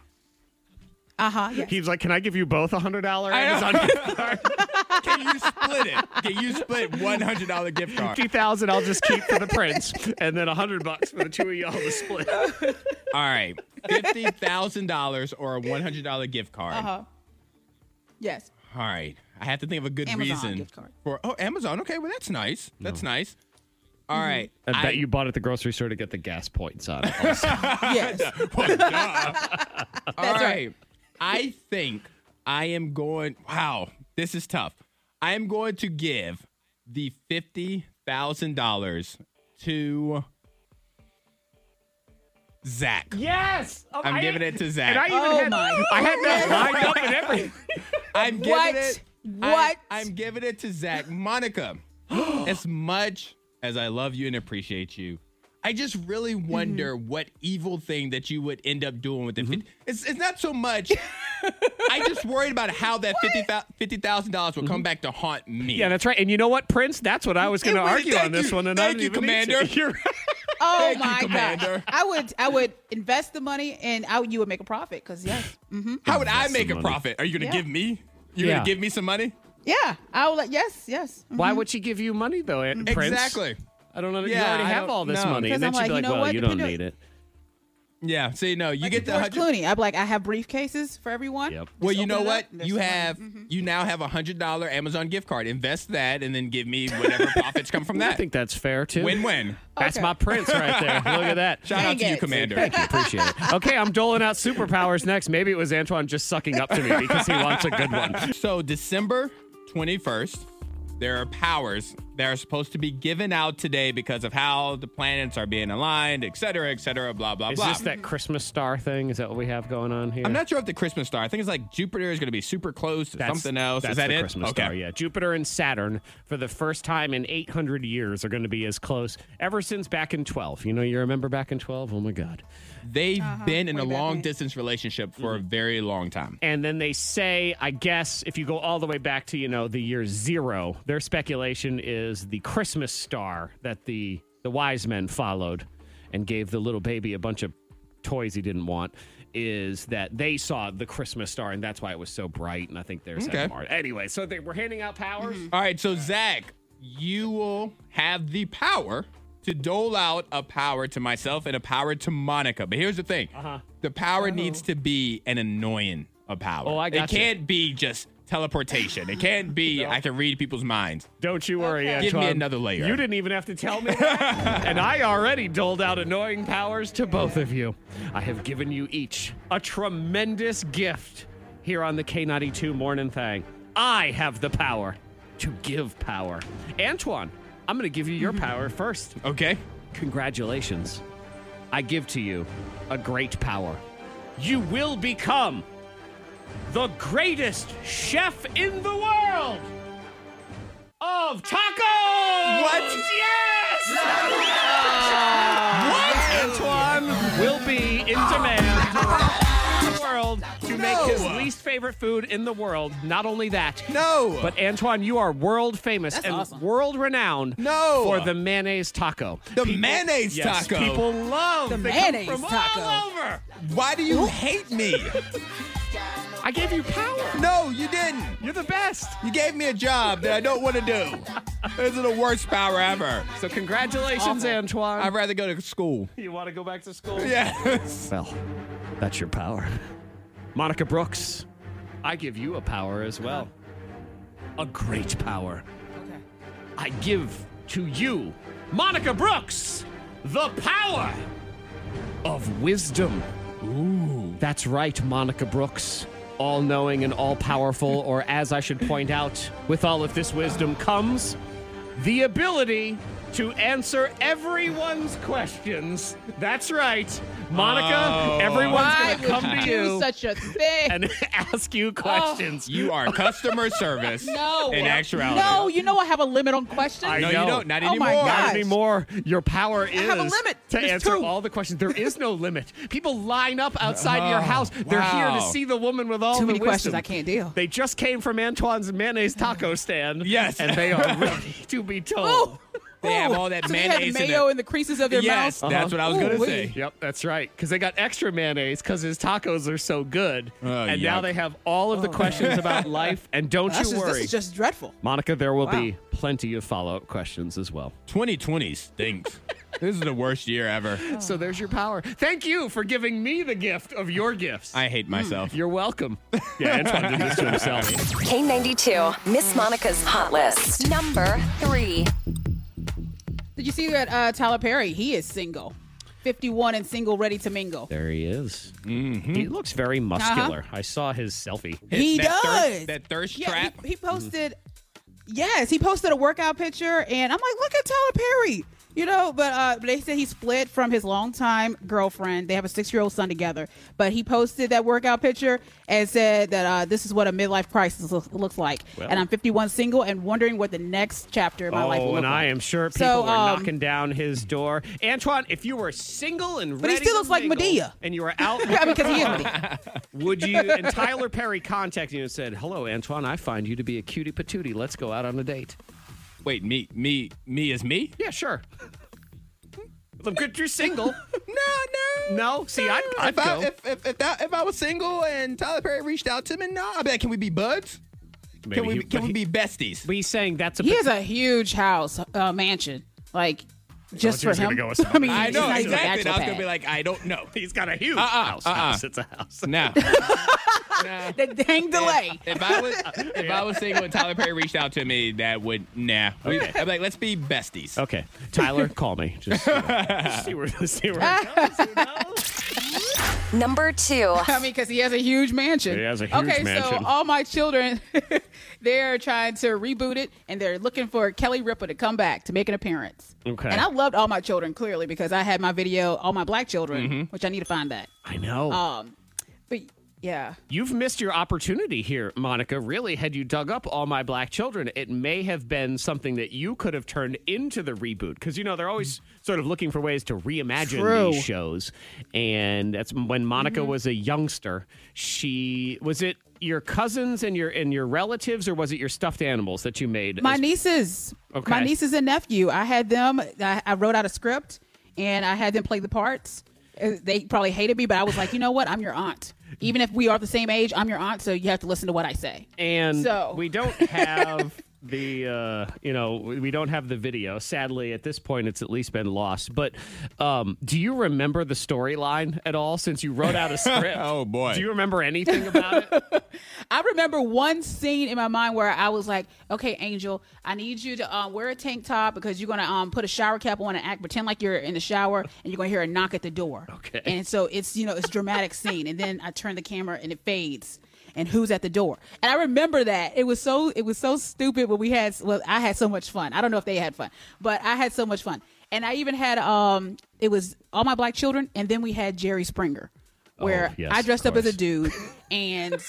Speaker 5: Uh huh. Yes.
Speaker 3: He's like, can I give you both a hundred dollar
Speaker 4: I know.
Speaker 3: Amazon gift card?
Speaker 4: Can you split it? Can you split one hundred dollar gift card?
Speaker 3: Fifty thousand, I'll just keep for the Prince, and then a hundred bucks for the two of y'all to split.
Speaker 4: All right, fifty thousand dollars or a one hundred dollar gift card.
Speaker 5: Uh-huh. yes.
Speaker 4: All right, I have to think of a good
Speaker 5: Amazon
Speaker 4: reason
Speaker 5: gift card.
Speaker 4: for. Oh, Amazon. Okay, well that's nice. That's nice. All right.
Speaker 3: I bet you bought at the grocery store to get the gas points on it.
Speaker 5: Yes.
Speaker 4: All
Speaker 5: That's right.
Speaker 4: right. I think I am going. Wow, this is tough. I am going to give the fifty thousand dollars to Zach.
Speaker 3: yes, Oh,
Speaker 4: I'm
Speaker 3: I-
Speaker 4: giving it to Zach.
Speaker 3: And I even
Speaker 5: Oh
Speaker 3: had,
Speaker 5: my
Speaker 3: I had that lined up and everything.
Speaker 4: I'm giving
Speaker 5: What?
Speaker 4: it.
Speaker 5: What?
Speaker 4: I, am giving it to Zach. Monica, as much as I love you and appreciate you, I just really
Speaker 5: Mm-hmm.
Speaker 4: wonder what evil thing that you would end up doing with
Speaker 5: Mm-hmm.
Speaker 4: the 50. It's, it's not so much. I just worried about how that $50,000 $50,000 will
Speaker 5: Mm-hmm.
Speaker 4: come back to haunt me.
Speaker 3: Yeah, that's right. And you know what, Prince? That's what I was going to
Speaker 4: It was-
Speaker 3: argue
Speaker 4: thank
Speaker 3: on this
Speaker 4: you.
Speaker 3: one. And I
Speaker 4: Thank
Speaker 3: didn't
Speaker 4: you,
Speaker 3: even need to.
Speaker 4: Commander.
Speaker 3: You're right.
Speaker 5: Oh
Speaker 4: Thank you,
Speaker 5: my gosh.
Speaker 4: Commander.
Speaker 5: I would I would invest the money and I would- you would make a profit because yes. hmm
Speaker 4: how would I
Speaker 3: Invest
Speaker 4: make a
Speaker 3: some money.
Speaker 4: profit? Are you going to
Speaker 5: Yeah.
Speaker 4: give me? You're
Speaker 3: Yeah.
Speaker 4: going to give me some money?
Speaker 5: Yeah. I would like yes, yes. Mhm.
Speaker 3: Why would she give you money though, Aunt Prince?
Speaker 4: Mm-hmm. Exactly.
Speaker 3: I don't know.
Speaker 4: Yeah,
Speaker 3: you already
Speaker 4: I
Speaker 3: have
Speaker 4: don't
Speaker 3: all this
Speaker 4: know.
Speaker 3: money, and
Speaker 5: Because
Speaker 3: then
Speaker 5: I'm
Speaker 3: she'd
Speaker 5: like,
Speaker 3: be like,
Speaker 5: you know
Speaker 3: "Well,
Speaker 5: what?
Speaker 3: you don't
Speaker 5: Depending-
Speaker 3: need it."
Speaker 4: Yeah. See, no, you get the
Speaker 5: George
Speaker 4: 100.
Speaker 5: Clooney. I'd be like, I have briefcases for everyone.
Speaker 3: Yep.
Speaker 4: Well,
Speaker 5: Just
Speaker 4: you
Speaker 5: open
Speaker 4: know
Speaker 5: it
Speaker 4: what?
Speaker 5: up Mm-hmm. and there's
Speaker 4: You
Speaker 5: some money.
Speaker 4: have you now have a hundred dollar Amazon gift card. Invest that, and then give me whatever profits come from
Speaker 3: I
Speaker 4: that.
Speaker 3: think that's fair too.
Speaker 4: Win win.
Speaker 3: That's
Speaker 5: Okay.
Speaker 3: my Prince right there. Look at that.
Speaker 4: Shout out
Speaker 5: Dang
Speaker 4: to you,
Speaker 5: it.
Speaker 4: Commander.
Speaker 3: Thank you. Appreciate it. Okay, I'm doling out superpowers next. Maybe it was Antoine just sucking up to me because he wants a good one.
Speaker 4: So December twenty first, there are powers that are supposed to be given out today because of how the planets are being aligned, et cetera, et cetera, blah blah
Speaker 3: Is
Speaker 4: blah.
Speaker 3: this that Christmas star thing? Is that what we have going on here?
Speaker 4: I'm not sure if the Christmas star. I think it's like Jupiter is going to be super close to something else.
Speaker 3: That's
Speaker 4: is that
Speaker 3: the
Speaker 4: it?
Speaker 3: Christmas star. Yeah, Jupiter and Saturn for the first time in 800 years are going to be as close ever since back in 12. You know, you remember back in 12? Oh my God.
Speaker 4: They've been in
Speaker 5: way
Speaker 4: a
Speaker 5: back
Speaker 4: long
Speaker 5: when.
Speaker 4: distance relationship for
Speaker 3: Mm-hmm.
Speaker 4: a very long time.
Speaker 3: And then they say, I guess, if you go all the way back to you know the year zero, their speculation is the Christmas star that the the wise men followed and gave the little baby a bunch of toys he didn't want. Is that they saw the Christmas star and that's why it was so bright. And I think there's
Speaker 4: Okay.
Speaker 3: that part. Anyway, so they were handing out powers.
Speaker 4: All right, so Zach, you will have the power to dole out a power to myself and a power to Monica. But here's the thing: the power needs to be an annoying a power.
Speaker 3: Oh, I
Speaker 4: It
Speaker 3: gotcha.
Speaker 4: can't be just teleportation. It can't be I can read people's minds.
Speaker 3: Don't you worry, Antoine.
Speaker 4: Give me another layer.
Speaker 3: You didn't even have to tell me that. and I already doled out annoying powers to both of you. I have given you each a tremendous gift here on the K92 Morning Thing. I have the power to give power. Antoine, I'm going to give you your power first.
Speaker 4: Okay.
Speaker 3: Congratulations. I give to you a great power. You will become the greatest chef in the world of tacos.
Speaker 4: What?
Speaker 3: Yes. what? Antoine will be in demand. in the World to make his
Speaker 4: No.
Speaker 3: least favorite food in the world. Not only that,
Speaker 4: No.
Speaker 3: but Antoine, you are world famous and world renowned
Speaker 4: No.
Speaker 3: for the mayonnaise taco.
Speaker 4: The mayonnaise
Speaker 3: yes,
Speaker 4: taco.
Speaker 3: People love
Speaker 5: The
Speaker 3: they come
Speaker 5: mayonnaise
Speaker 3: from
Speaker 5: taco.
Speaker 3: all over.
Speaker 4: Why do you hate me?
Speaker 3: I gave you power.
Speaker 4: No, you didn't.
Speaker 3: You're the best.
Speaker 4: You gave me a job that I don't want to do. This is the worst power ever.
Speaker 3: So congratulations, Antoine.
Speaker 4: I'd rather go to school.
Speaker 3: You want to go back to school?
Speaker 4: Yes.
Speaker 3: Well, that's your power. Monica Brooks, I give you a power as well. A great power.
Speaker 5: Okay.
Speaker 3: I give to you, Monica Brooks, the power of wisdom. Ooh. That's right, Monica Brooks. All knowing and all powerful, or as I should point out, with all of this wisdom comes the ability to answer everyone's questions. That's right. Monica, everyone's
Speaker 5: I
Speaker 3: going to come
Speaker 5: would
Speaker 3: to
Speaker 5: do
Speaker 3: you
Speaker 5: such a thing.
Speaker 3: and ask
Speaker 5: Oh,
Speaker 3: you questions.
Speaker 4: You are customer service.
Speaker 5: no.
Speaker 4: In actuality.
Speaker 5: No, you know I have a limit on questions.
Speaker 3: I
Speaker 4: No,
Speaker 3: know.
Speaker 4: you don't. Not
Speaker 5: Oh
Speaker 4: anymore.
Speaker 5: my
Speaker 3: Not
Speaker 5: gosh.
Speaker 3: anymore. Your power is
Speaker 5: have a limit.
Speaker 3: to
Speaker 5: There's
Speaker 3: answer
Speaker 5: two.
Speaker 3: all the questions. There is no limit. People line up outside your house. They're here to
Speaker 4: wow.
Speaker 3: see the woman with all
Speaker 5: Oh, Too
Speaker 3: the
Speaker 5: many questions.
Speaker 3: wisdom.
Speaker 5: I can't deal.
Speaker 3: They just came from Antoine's mayonnaise taco stand.
Speaker 4: Yes.
Speaker 3: and they are ready to be told.
Speaker 5: Oh,
Speaker 4: They have all that
Speaker 5: so they
Speaker 4: mayonnaise
Speaker 5: have
Speaker 4: in
Speaker 5: mayo
Speaker 4: it.
Speaker 5: in the creases of their
Speaker 4: Yes, Uh,
Speaker 5: mouth.
Speaker 4: that's what I was going to
Speaker 5: Ooh-wee.
Speaker 4: say.
Speaker 3: Yep, that's right. Because they got extra mayonnaise because his tacos are so good,
Speaker 4: Oh,
Speaker 3: and now
Speaker 4: yuck.
Speaker 3: they have all of the questions about life. And don't
Speaker 5: That's
Speaker 3: you
Speaker 5: just,
Speaker 3: worry,
Speaker 5: Oh. this is just dreadful.
Speaker 3: Monica. There will be
Speaker 5: Wow.
Speaker 3: plenty of follow-up questions as well.
Speaker 4: 2020 stinks. this is the worst year ever.
Speaker 5: Oh.
Speaker 3: So there's your power. Thank you for giving me the gift of your gifts.
Speaker 4: I hate myself.
Speaker 3: You're welcome. Yeah, Antoine did this to himself.
Speaker 7: K92, Miss Monica's Hot List. Number three.
Speaker 5: Did you see that uh, Tyler Perry? He is single, fifty-one and single, ready to mingle.
Speaker 3: There he is. He looks very muscular. I saw Uh-huh. his selfie.
Speaker 5: He
Speaker 4: that
Speaker 5: does.
Speaker 4: Thirst, that thirst
Speaker 5: yeah,
Speaker 4: trap.
Speaker 5: he, he
Speaker 3: Mm-hmm.
Speaker 5: posted. Yes, he posted a workout picture, and I'm like, look at Tyler Perry. You know, but uh, but they said he split from his longtime girlfriend. They have a six year old son together. But he posted that workout picture and said that uh, this is what a midlife crisis loo- looks like. and I'm 51 single and wondering what the next chapter of my life will
Speaker 3: Oh,
Speaker 5: look
Speaker 3: and I
Speaker 5: like.
Speaker 3: am sure people
Speaker 5: So,
Speaker 3: were
Speaker 5: um,
Speaker 3: knocking down his door. Antoine, if you were single and
Speaker 5: But he
Speaker 3: ready
Speaker 5: still
Speaker 3: to
Speaker 5: looks like
Speaker 3: mingle
Speaker 5: Madea.
Speaker 3: and you were out,
Speaker 5: Yeah, because he is Madea.
Speaker 3: would you? And Tyler Perry contacted you and said, "Hello, Antoine. I find you to be a cutie patootie. Let's go out on a date."
Speaker 4: Wait, me, me, me is me?
Speaker 3: Yeah, sure. Look, good, you're single.
Speaker 4: No, no.
Speaker 3: No, see, I'd, I'd
Speaker 4: if, I,
Speaker 3: go.
Speaker 4: if, if, if, that, if I was single and Tyler Perry reached out to me, no, I bet can we be buds?
Speaker 3: Maybe
Speaker 4: can we
Speaker 3: he-
Speaker 4: be- can
Speaker 3: but
Speaker 4: we
Speaker 3: he-
Speaker 4: be besties?
Speaker 3: But he's saying that's a.
Speaker 5: He has a huge house, uh, mansion, like just
Speaker 3: I
Speaker 5: for
Speaker 3: thought you Oh, was gonna go
Speaker 5: him.
Speaker 3: with something.
Speaker 5: I mean,
Speaker 4: I
Speaker 5: it's
Speaker 4: know
Speaker 5: not even an
Speaker 4: exactly. And I
Speaker 5: actual
Speaker 4: was gonna
Speaker 5: pad.
Speaker 4: be like, I don't know.
Speaker 3: he's got a huge
Speaker 4: Uh-uh,
Speaker 3: house.
Speaker 4: uh-uh.
Speaker 3: House. It's a house.
Speaker 4: No. nah.
Speaker 5: the dang delay.
Speaker 4: If I was if I was single and Tyler Perry reached out to me, that would nah. We- I'd be like, let's be besties.
Speaker 3: Okay, Tyler, call me. Just you know, see where see where it goes. you know?
Speaker 7: Number two.
Speaker 5: I mean, because he has a huge mansion.
Speaker 3: He has a huge
Speaker 5: okay,
Speaker 3: mansion.
Speaker 5: so all my children, they're trying to reboot it, and they're looking for Kelly Ripa to come back to make an appearance.
Speaker 3: Okay.
Speaker 5: And I loved all my children clearly because I had my video, all my black children,
Speaker 3: Mm-hmm.
Speaker 5: which I need to find that.
Speaker 3: I know.
Speaker 5: Um, but yeah,
Speaker 3: You've missed your opportunity here, Monica. Really, had you dug up all my black children, it may have been something that you could have turned into the reboot. Because, you know, they're always sort of looking for ways to reimagine
Speaker 5: True.
Speaker 3: these shows. And that's when Monica was a youngster. She was it your cousins and your and your relatives, or was it your stuffed animals that you made?
Speaker 5: my
Speaker 3: as-
Speaker 5: nieces,
Speaker 3: Okay.
Speaker 5: my nieces and nephew, I had them. I, I wrote out a script, and I had them play the parts. Uh, They probably hated me, but I was like, you know what? I'm your aunt. Even if we are the same age, I'm your aunt, so you have to listen to what I say.
Speaker 3: and
Speaker 5: So-
Speaker 3: we don't have the uh, you know we we don't have the video sadly at this point it's at least been lost but um, do you remember the storyline at all since you wrote out a script
Speaker 4: Oh, boy.
Speaker 3: do you remember anything about it
Speaker 5: I remember one scene in my mind where I was like, "Okay, Angel, I need you to um, wear a tank top because you're gonna um, put a shower cap on and act pretend like you're in the shower, and you're gonna hear a knock at the door."
Speaker 3: Okay.
Speaker 5: And so it's you know it's a dramatic scene, and then I turn the camera and it fades, and who's at the door? And I remember that it was so it was so stupid, but we had well I had so much fun. I don't know if they had fun, but I had so much fun, and I even had um it was all my black children, and then we had Jerry Springer where
Speaker 3: Oh, yes,
Speaker 5: I dressed
Speaker 3: of
Speaker 5: up as a
Speaker 3: course.
Speaker 5: dude and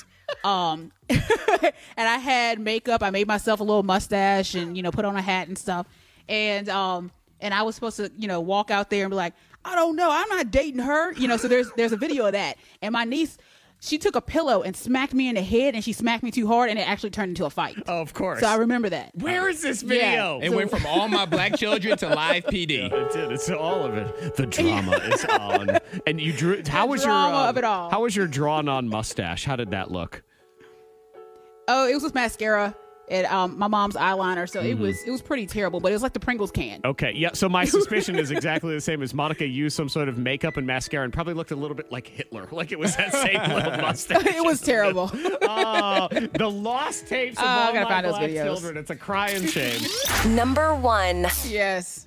Speaker 5: um and I had makeup. I made myself a little mustache and you know put on a hat and stuff. And um and I was supposed to you know walk out there and be like, I don't know, I'm not dating her. You know, so there's there's a video of that. And my niece. She took a pillow and smacked me in the head, and she smacked me too hard, and it actually turned into a fight.
Speaker 3: Oh, Of course.
Speaker 5: So I remember that.
Speaker 3: Where is this
Speaker 5: Yeah.
Speaker 3: video?
Speaker 4: It went from all my black children to live PD.
Speaker 3: It did. It's all of it. The drama is on. And you drew. How was your
Speaker 5: drama
Speaker 3: um,
Speaker 5: of it all.
Speaker 3: How was your drawn-on mustache? How did that look?
Speaker 5: Oh, it was with mascara and um, my mom's eyeliner, so
Speaker 3: Mm-hmm.
Speaker 5: it was it was pretty terrible. But it was like the Pringles can.
Speaker 3: Okay, yeah. So my suspicion is exactly the same as Monica used some sort of makeup and mascara and probably looked a little bit like Hitler, like it was that same little mustache.
Speaker 5: It was terrible.
Speaker 3: Oh, the lost tapes of
Speaker 5: Oh, I
Speaker 3: all
Speaker 5: gotta
Speaker 3: my
Speaker 5: find those
Speaker 3: black
Speaker 5: videos.
Speaker 3: children. It's a crying shame.
Speaker 7: Number one.
Speaker 5: yes.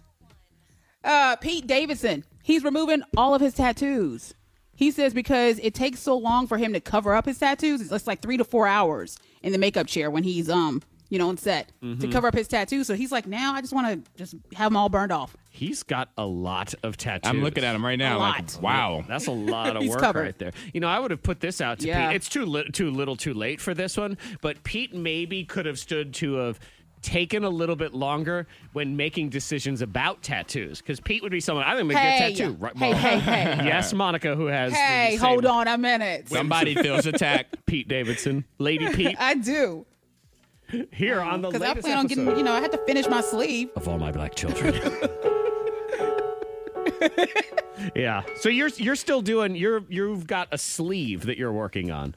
Speaker 5: Uh, Pete Davidson. He's removing all of his tattoos. He says because it takes so long for him to cover up his tattoos. It's- It's like three to four hours in the makeup chair when he's um you know on set
Speaker 3: Mm-hmm.
Speaker 5: to cover up his tattoos. So he's like, now I just want to just have them all burned off.
Speaker 3: He's got a lot of tattoos.
Speaker 4: I'm looking at him right
Speaker 5: A
Speaker 4: now. Like,
Speaker 5: lot.
Speaker 4: wow.
Speaker 3: That's a lot of
Speaker 5: He's
Speaker 3: work
Speaker 5: covered.
Speaker 3: right there. You know, I would have put this out to
Speaker 5: Yeah.
Speaker 3: Pete. It's too li- too little, too late for this one. But Pete maybe could have stood to have taken a little bit longer when making decisions about tattoos because Pete would be someone I think would get
Speaker 5: Hey,
Speaker 3: a tattoo. Right,
Speaker 5: hey,
Speaker 3: Monica?
Speaker 5: hey, hey,
Speaker 3: Yes, Monica, who has the
Speaker 5: hey!
Speaker 3: same-
Speaker 5: Hold on a minute.
Speaker 4: Somebody feels attacked.
Speaker 3: Pete Davidson, Lady Pete,
Speaker 5: I do
Speaker 3: here on the
Speaker 5: because I
Speaker 3: latest
Speaker 5: plan on getting.
Speaker 3: episode
Speaker 5: You know, I had to finish my sleeve.
Speaker 3: of all my black children. yeah. So you're you're still doing you're you've got a sleeve that you're working on.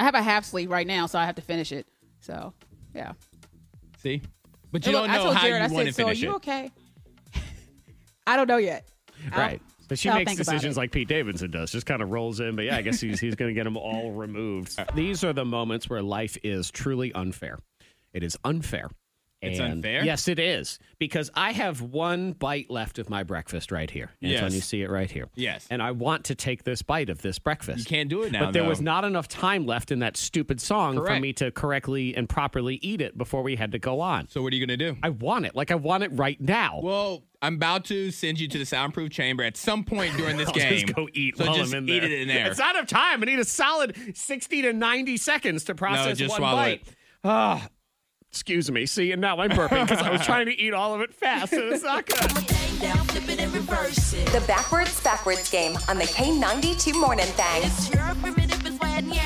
Speaker 5: I have a half sleeve right now, so I have to finish it. So, yeah.
Speaker 4: See? But you
Speaker 5: Look,
Speaker 4: don't
Speaker 5: I
Speaker 4: know
Speaker 5: told
Speaker 4: how
Speaker 5: Jared, I
Speaker 4: you want to
Speaker 5: said, "So are
Speaker 4: finish
Speaker 5: you
Speaker 4: it.
Speaker 5: okay?" I don't know yet. I'll-
Speaker 3: Right. But she
Speaker 5: I'll
Speaker 3: makes
Speaker 5: think about
Speaker 3: decisions
Speaker 5: it.
Speaker 3: like Pete Davidson does, just kind of rolls in. But yeah, I guess he's, he's going to get them all removed. These are the moments where life is truly unfair. It is unfair.
Speaker 4: It's
Speaker 3: And-
Speaker 4: unfair?
Speaker 3: Yes, it is. Because I have one bite left of my breakfast right here. Antoine,
Speaker 4: Yes.
Speaker 3: you see it right here.
Speaker 4: Yes.
Speaker 3: And I want to take this bite of this breakfast.
Speaker 4: You can't do it now,
Speaker 3: But there
Speaker 4: though.
Speaker 3: was not enough time left in that stupid song for
Speaker 4: Correct.
Speaker 3: me to correctly and properly eat it before we had to go on.
Speaker 4: So what are you going to do?
Speaker 3: I want it. Like, I want it right now.
Speaker 4: Well, I'm about to send you to the soundproof chamber at some point during this game.
Speaker 3: Just go eat
Speaker 4: So
Speaker 3: while
Speaker 4: just
Speaker 3: I'm in
Speaker 4: eat
Speaker 3: there.
Speaker 4: it in there.
Speaker 3: It's out of time. I need a solid 60 to 90 seconds to process
Speaker 4: just
Speaker 3: one
Speaker 4: swallow
Speaker 3: bite.
Speaker 4: it.
Speaker 3: Ah, excuse me. See, and now I'm burping because I was trying to eat all of it fast, and it's not good.
Speaker 7: The backwards, backwards game on the K92 Morning Thing.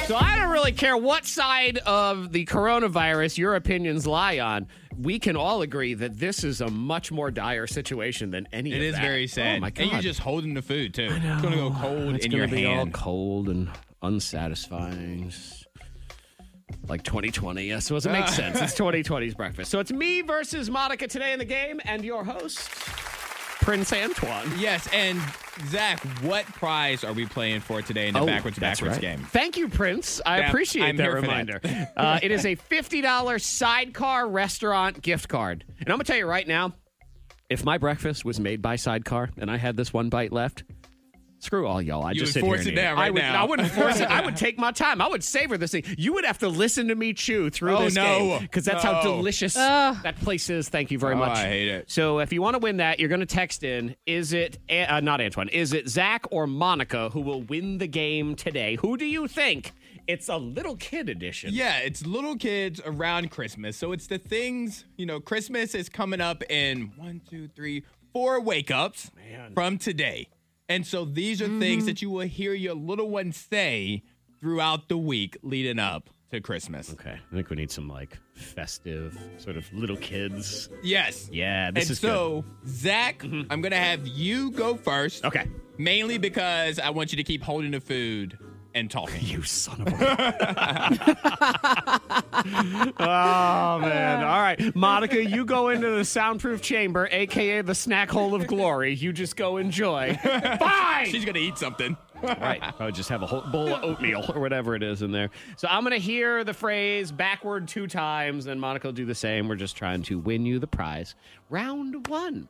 Speaker 3: So I don't really care what side of the coronavirus your opinions lie on. We can all agree that this is a much more dire situation than any
Speaker 4: It
Speaker 3: of
Speaker 4: is
Speaker 3: that.
Speaker 4: very sad.
Speaker 3: Oh my God.
Speaker 4: And you're just holding the food too. It's gonna go cold
Speaker 3: it's
Speaker 4: in
Speaker 3: gonna
Speaker 4: your
Speaker 3: be
Speaker 4: hand.
Speaker 3: all cold and unsatisfying. Just Like 2020. Yes, so it
Speaker 4: Ah.
Speaker 3: makes sense. It's 2020's breakfast. So it's me versus Monica today in the game, and your host, Prince Antoine.
Speaker 4: Yes, and Zach, what prize are we playing for today in the
Speaker 3: Oh,
Speaker 4: backwards
Speaker 3: that's
Speaker 4: backwards
Speaker 3: right.
Speaker 4: game?
Speaker 3: Thank you, Prince. I
Speaker 4: Yeah,
Speaker 3: appreciate
Speaker 4: I'm
Speaker 3: that
Speaker 4: here for
Speaker 3: reminder.
Speaker 4: that.
Speaker 3: uh, it is a $50 sidecar restaurant gift card. And I'm going to tell you right now if my breakfast was made by Sidecar and I had this one bite left, screw all y'all. I
Speaker 4: You
Speaker 3: just
Speaker 4: would
Speaker 3: sit here
Speaker 4: force
Speaker 3: and
Speaker 4: it
Speaker 3: eat
Speaker 4: down
Speaker 3: I
Speaker 4: right
Speaker 3: would,
Speaker 4: now.
Speaker 3: I wouldn't force it. I would take my time. I would savor this thing. You would have to listen to me chew through
Speaker 4: Oh,
Speaker 3: this
Speaker 4: no.
Speaker 3: because that's how
Speaker 4: No.
Speaker 3: delicious that place is. Thank you very
Speaker 4: Oh,
Speaker 3: much.
Speaker 4: I hate it.
Speaker 3: So if you want to win that, you're going to text in. Is it uh, not Antoine? Is it Zach or Monica who will win the game today? Who do you think? It's a little kid edition.
Speaker 4: Yeah, it's little kids around Christmas. So it's the things, you know, Christmas is coming up in one, two, three, four wake ups from today. And so these are
Speaker 3: Mm-hmm.
Speaker 4: things that you will hear your little one say throughout the week leading up to Christmas.
Speaker 3: Okay. I think we need some like festive sort of little kids.
Speaker 4: Yes.
Speaker 3: Yeah, this
Speaker 4: and
Speaker 3: is Mm-hmm.
Speaker 4: so, Zach, I'm going to have you go first.
Speaker 3: Okay.
Speaker 4: Mainly because I want you to keep holding the food and talking.
Speaker 3: You son of a. oh man! All right, Monica, you go into the soundproof chamber, aka the snack hole of glory. You just go enjoy. Fine.
Speaker 4: She's going to eat something.
Speaker 3: right. I would just have a whole bowl of oatmeal or whatever it is in there. So I'm going to hear the phrase backward two times, and Monica will do the same. We're just trying to win you the prize. Round one.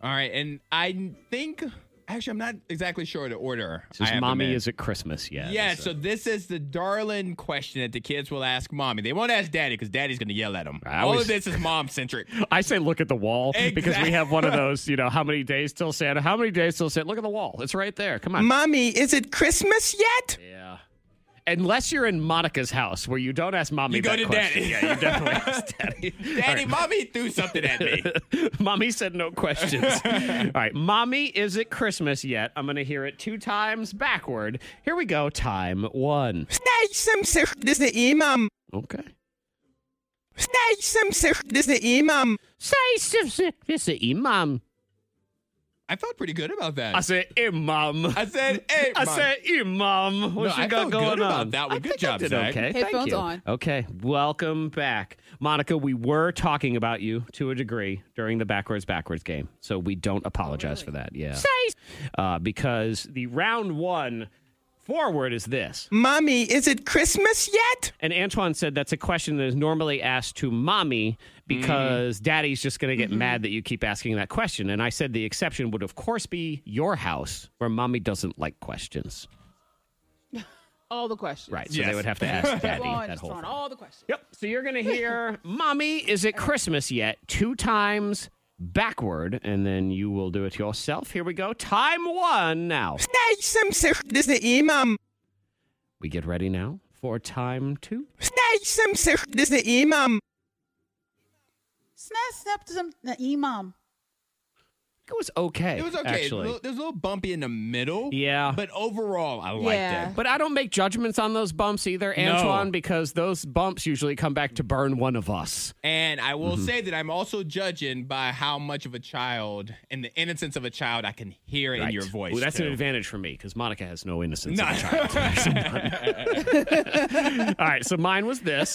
Speaker 4: All right, and I think Actually, I'm not exactly sure the order. I
Speaker 3: Just
Speaker 4: have them
Speaker 3: mommy
Speaker 4: in.
Speaker 3: is at Christmas yet.
Speaker 4: Yeah,
Speaker 3: so-
Speaker 4: so this is the darling question that the kids will ask mommy. They won't ask daddy because daddy's going to yell at them.
Speaker 3: I
Speaker 4: All
Speaker 3: always-
Speaker 4: of this is mom centric.
Speaker 3: I say look at the wall because we
Speaker 4: Exact-
Speaker 3: have one of those, you know, how many days till Santa? How many days till Santa? Look at the wall. It's right there. Come on.
Speaker 4: mommy, is it Christmas yet?
Speaker 3: yeah. Unless you're in Monica's house where you don't ask mommy
Speaker 4: You go
Speaker 3: that
Speaker 4: to
Speaker 3: question.
Speaker 4: daddy.
Speaker 3: Yeah, you definitely ask daddy.
Speaker 4: Daddy, mommy threw something at me.
Speaker 3: Mommy said no questions. All right. Mommy, is it Christmas yet? I'm going to hear it two times backward. Here we go. Time one.
Speaker 10: This is Imam.
Speaker 3: Okay.
Speaker 10: This is Imam.
Speaker 3: Say, this is Imam.
Speaker 4: I felt pretty good about that.
Speaker 3: I said, Imam.
Speaker 4: I said, hey,
Speaker 3: I
Speaker 4: Mom.
Speaker 3: said, "Imam, what
Speaker 4: No,
Speaker 3: you
Speaker 4: I
Speaker 3: got
Speaker 4: felt
Speaker 3: going
Speaker 4: good about
Speaker 3: on?"
Speaker 4: that one.
Speaker 3: I
Speaker 4: Good
Speaker 3: think I
Speaker 4: job,
Speaker 3: did
Speaker 4: Zach.
Speaker 3: Okay, thank
Speaker 5: Headphones
Speaker 3: you.
Speaker 5: on.
Speaker 3: Okay, welcome back, Monica. We were talking about you to a degree during the backwards backwards game, so we don't apologize for that. Yeah, uh, because the round one forward is this,
Speaker 10: Mommy, is it Christmas yet?
Speaker 3: and Antoine said that's a question that is normally asked to mommy because daddy's just going to get mad that you keep asking that question. And I said the exception would of course be your house where mommy doesn't like questions.
Speaker 5: All the questions.
Speaker 3: Right. So
Speaker 4: Yes.
Speaker 3: they would have to ask
Speaker 5: Keep
Speaker 3: Daddy
Speaker 5: on,
Speaker 3: that
Speaker 5: just
Speaker 3: whole
Speaker 5: throwing
Speaker 3: thing.
Speaker 5: all the questions.
Speaker 3: Yep. So you're going to hear, Mommy, is it Christmas yet? Two times backward, and then you will do it yourself. Here we go. Time one now.
Speaker 10: This is Imam.
Speaker 3: We get ready now for time two.
Speaker 10: This is Imam.
Speaker 5: Snap, snap, some the imam.
Speaker 3: It was okay.
Speaker 4: It was okay.
Speaker 3: Actually.
Speaker 4: There's a little bumpy in the middle.
Speaker 3: Yeah.
Speaker 4: But overall, I liked
Speaker 5: Yeah.
Speaker 4: it.
Speaker 3: But I don't make judgments on those bumps either, Antoine, because those bumps usually come back to burn one of us.
Speaker 4: And I
Speaker 3: Mm-hmm.
Speaker 4: will say that I'm also judging by how much of a child and the innocence of a child I can hear in your voice.
Speaker 3: Ooh, that's
Speaker 4: too.
Speaker 3: an advantage for me because Monica has no innocence.
Speaker 4: No.
Speaker 3: of a child. All right, so mine was this.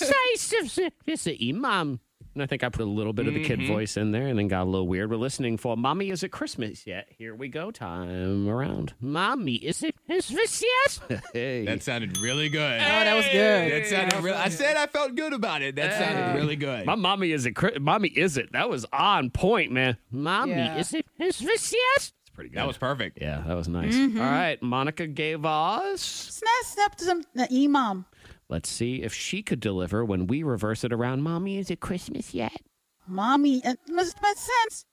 Speaker 3: This is Imam. And I think I put a little bit of the kid
Speaker 4: Mm-hmm.
Speaker 3: voice in there and then got a little weird. We're listening for Mommy, is it Christmas yet? Here we go. Time around. Mommy, is it Christmas yet? Hey.
Speaker 4: That sounded really
Speaker 5: Oh,
Speaker 4: good.
Speaker 5: that was good.
Speaker 4: That sounded real. I said I felt good about it. That sounded really good.
Speaker 3: My mommy is it. Chri- Mommy is it. That was on point, man. Mommy
Speaker 5: Yeah.
Speaker 3: is it Christmas yet? It's pretty good.
Speaker 4: That was perfect.
Speaker 3: yeah, that was nice. All right, Monica gave us
Speaker 5: Snap, snap, some the imam.
Speaker 3: Let's see if she could deliver when we reverse it around. Mommy, is it Christmas yet?
Speaker 5: Mommy, it must make sense.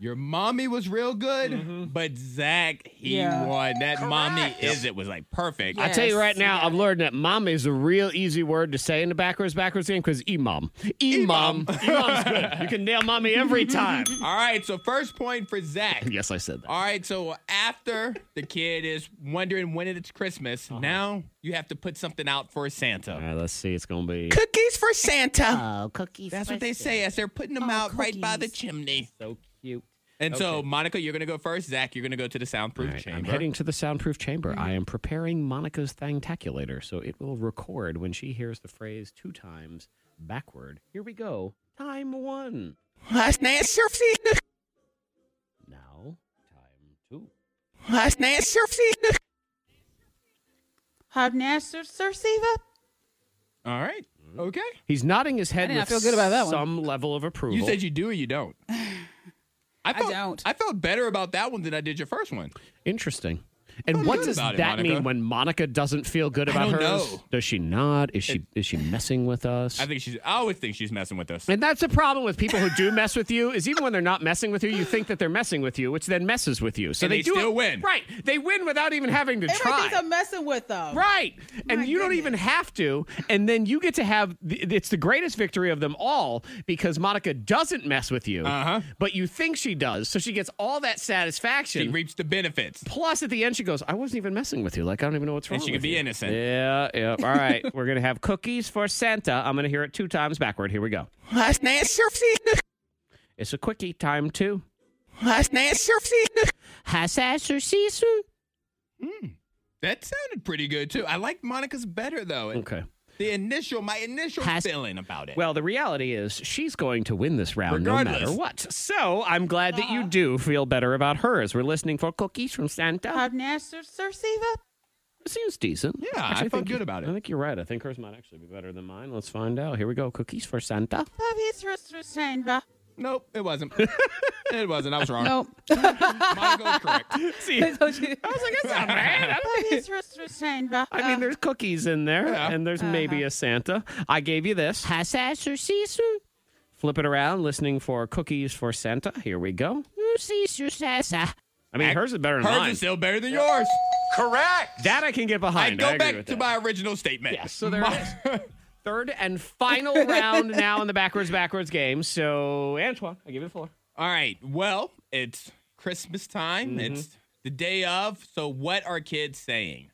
Speaker 4: Your mommy was real good, but Zach, he
Speaker 5: Mm-hmm. Yeah.
Speaker 4: won. That mommy is it was like perfect.
Speaker 3: I tell you
Speaker 5: Yes,
Speaker 3: right now, I've learned that mom is a real easy word to say in the backwards backwards game because imam. Imam. Imam's good. You can nail mommy every time.
Speaker 4: All right, so first point for Zach.
Speaker 3: yes, I said that.
Speaker 4: All right, so after the kid is wondering when it's Christmas,
Speaker 3: Uh-huh.
Speaker 4: now you have to put something out for
Speaker 3: All
Speaker 4: Santa.
Speaker 3: right, let's see. It's going to be
Speaker 4: Cookies for Santa.
Speaker 3: oh, cookies.
Speaker 4: That's what they say as they're putting
Speaker 3: Oh,
Speaker 4: them out right by the chimney.
Speaker 3: So cute.
Speaker 4: And so, Monica, you're going to go first. Zach, you're going to go to the soundproof
Speaker 3: All right, I'm
Speaker 4: chamber.
Speaker 3: heading to the soundproof chamber. I am preparing Monica's thangtaculator, so it will record when she hears the phrase two times backward. Here we go. Time one.
Speaker 10: Last night, surfing.
Speaker 3: Now, time two.
Speaker 10: Last night, surfing.
Speaker 5: Have Nasser Cerceva?
Speaker 4: All right.
Speaker 3: Mm-hmm.
Speaker 4: Okay.
Speaker 3: He's nodding his head
Speaker 5: did not
Speaker 3: with
Speaker 5: feel good about that one.
Speaker 3: some level of approval.
Speaker 4: You said you do or you don't. I, felt,
Speaker 5: don't.
Speaker 4: I felt better about that one than I did your first one.
Speaker 3: Interesting. And
Speaker 4: felt
Speaker 3: what
Speaker 4: good
Speaker 3: does
Speaker 4: about it,
Speaker 3: that
Speaker 4: Monica.
Speaker 3: mean when Monica doesn't feel good about
Speaker 4: don't
Speaker 3: hers?
Speaker 4: know.
Speaker 3: Does she not? Is she is she messing with us?
Speaker 4: I think she's. I always think she's messing with us.
Speaker 3: and that's the problem with people who do mess with you is even when they're not messing with you, you think that they're messing with you, which then messes with you. So
Speaker 4: And they
Speaker 3: do
Speaker 4: still
Speaker 3: it,
Speaker 4: win.
Speaker 3: Right. They win without even having to try.
Speaker 5: Everything's I'm messing with them.
Speaker 3: Right. And
Speaker 5: My
Speaker 3: you don't
Speaker 5: goodness.
Speaker 3: even have to. And then you get to have th- it's the greatest victory of them all because Monica doesn't mess with you,
Speaker 4: Uh-huh.
Speaker 3: but you think she does. So she gets all that satisfaction.
Speaker 4: She reaps the benefits.
Speaker 3: Plus, at the end, she goes, I wasn't even messing with you. Like, I don't even know what's wrong.
Speaker 4: And she
Speaker 3: with
Speaker 4: could be
Speaker 3: you."
Speaker 4: innocent.
Speaker 3: Yeah, yeah. All right. We're going to have cookies for Santa. I'm going to hear it two times backward. Here we go.
Speaker 10: Last night, surfing.
Speaker 3: It's a quickie time, too.
Speaker 10: Last night, surfing.
Speaker 3: Hassass or sisu?
Speaker 4: That sounded pretty good too. I liked Monica's better though.
Speaker 3: Okay.
Speaker 4: The initial, my initial
Speaker 3: Has-
Speaker 4: feeling about it.
Speaker 3: Well, the reality is she's going to win this round no matter
Speaker 4: Regardless.
Speaker 3: what. So I'm glad that
Speaker 10: Uh-huh.
Speaker 3: you do feel better about hers. We're listening for cookies from Santa.
Speaker 5: Have Nasser Cerceva?
Speaker 3: It seems decent.
Speaker 4: Yeah, I felt
Speaker 3: think
Speaker 4: good
Speaker 3: you-
Speaker 4: about it.
Speaker 3: I think you're right. I think hers might actually be better than mine. Let's find out. Here we go. Cookies for Santa.
Speaker 5: Have his Cerceva?
Speaker 4: nope, it wasn't. It wasn't. I was wrong.
Speaker 5: Nope.
Speaker 4: Mine goes correct.
Speaker 3: See, I was like, that's not bad. I mean, there's cookies in there,
Speaker 4: Yeah.
Speaker 3: and there's maybe a Santa. I gave you this. Hassass or sisu. Flip it around, listening for cookies for Santa. Here we go. Sisu sasa. I mean, hers is better than
Speaker 4: Hers
Speaker 3: mine.
Speaker 4: is still better than yours. Correct.
Speaker 3: that I can get
Speaker 4: I
Speaker 3: behind.
Speaker 4: go
Speaker 3: agree
Speaker 4: back
Speaker 3: with
Speaker 4: to
Speaker 3: that.
Speaker 4: my original statement.
Speaker 3: Yes, so there
Speaker 4: My-
Speaker 3: it is. Third and final round now in the backwards backwards game. So Antoine, I give you the floor.
Speaker 4: All right. Well, it's Christmas time.
Speaker 3: Mm-hmm.
Speaker 4: It's the day of. So, what are kids saying?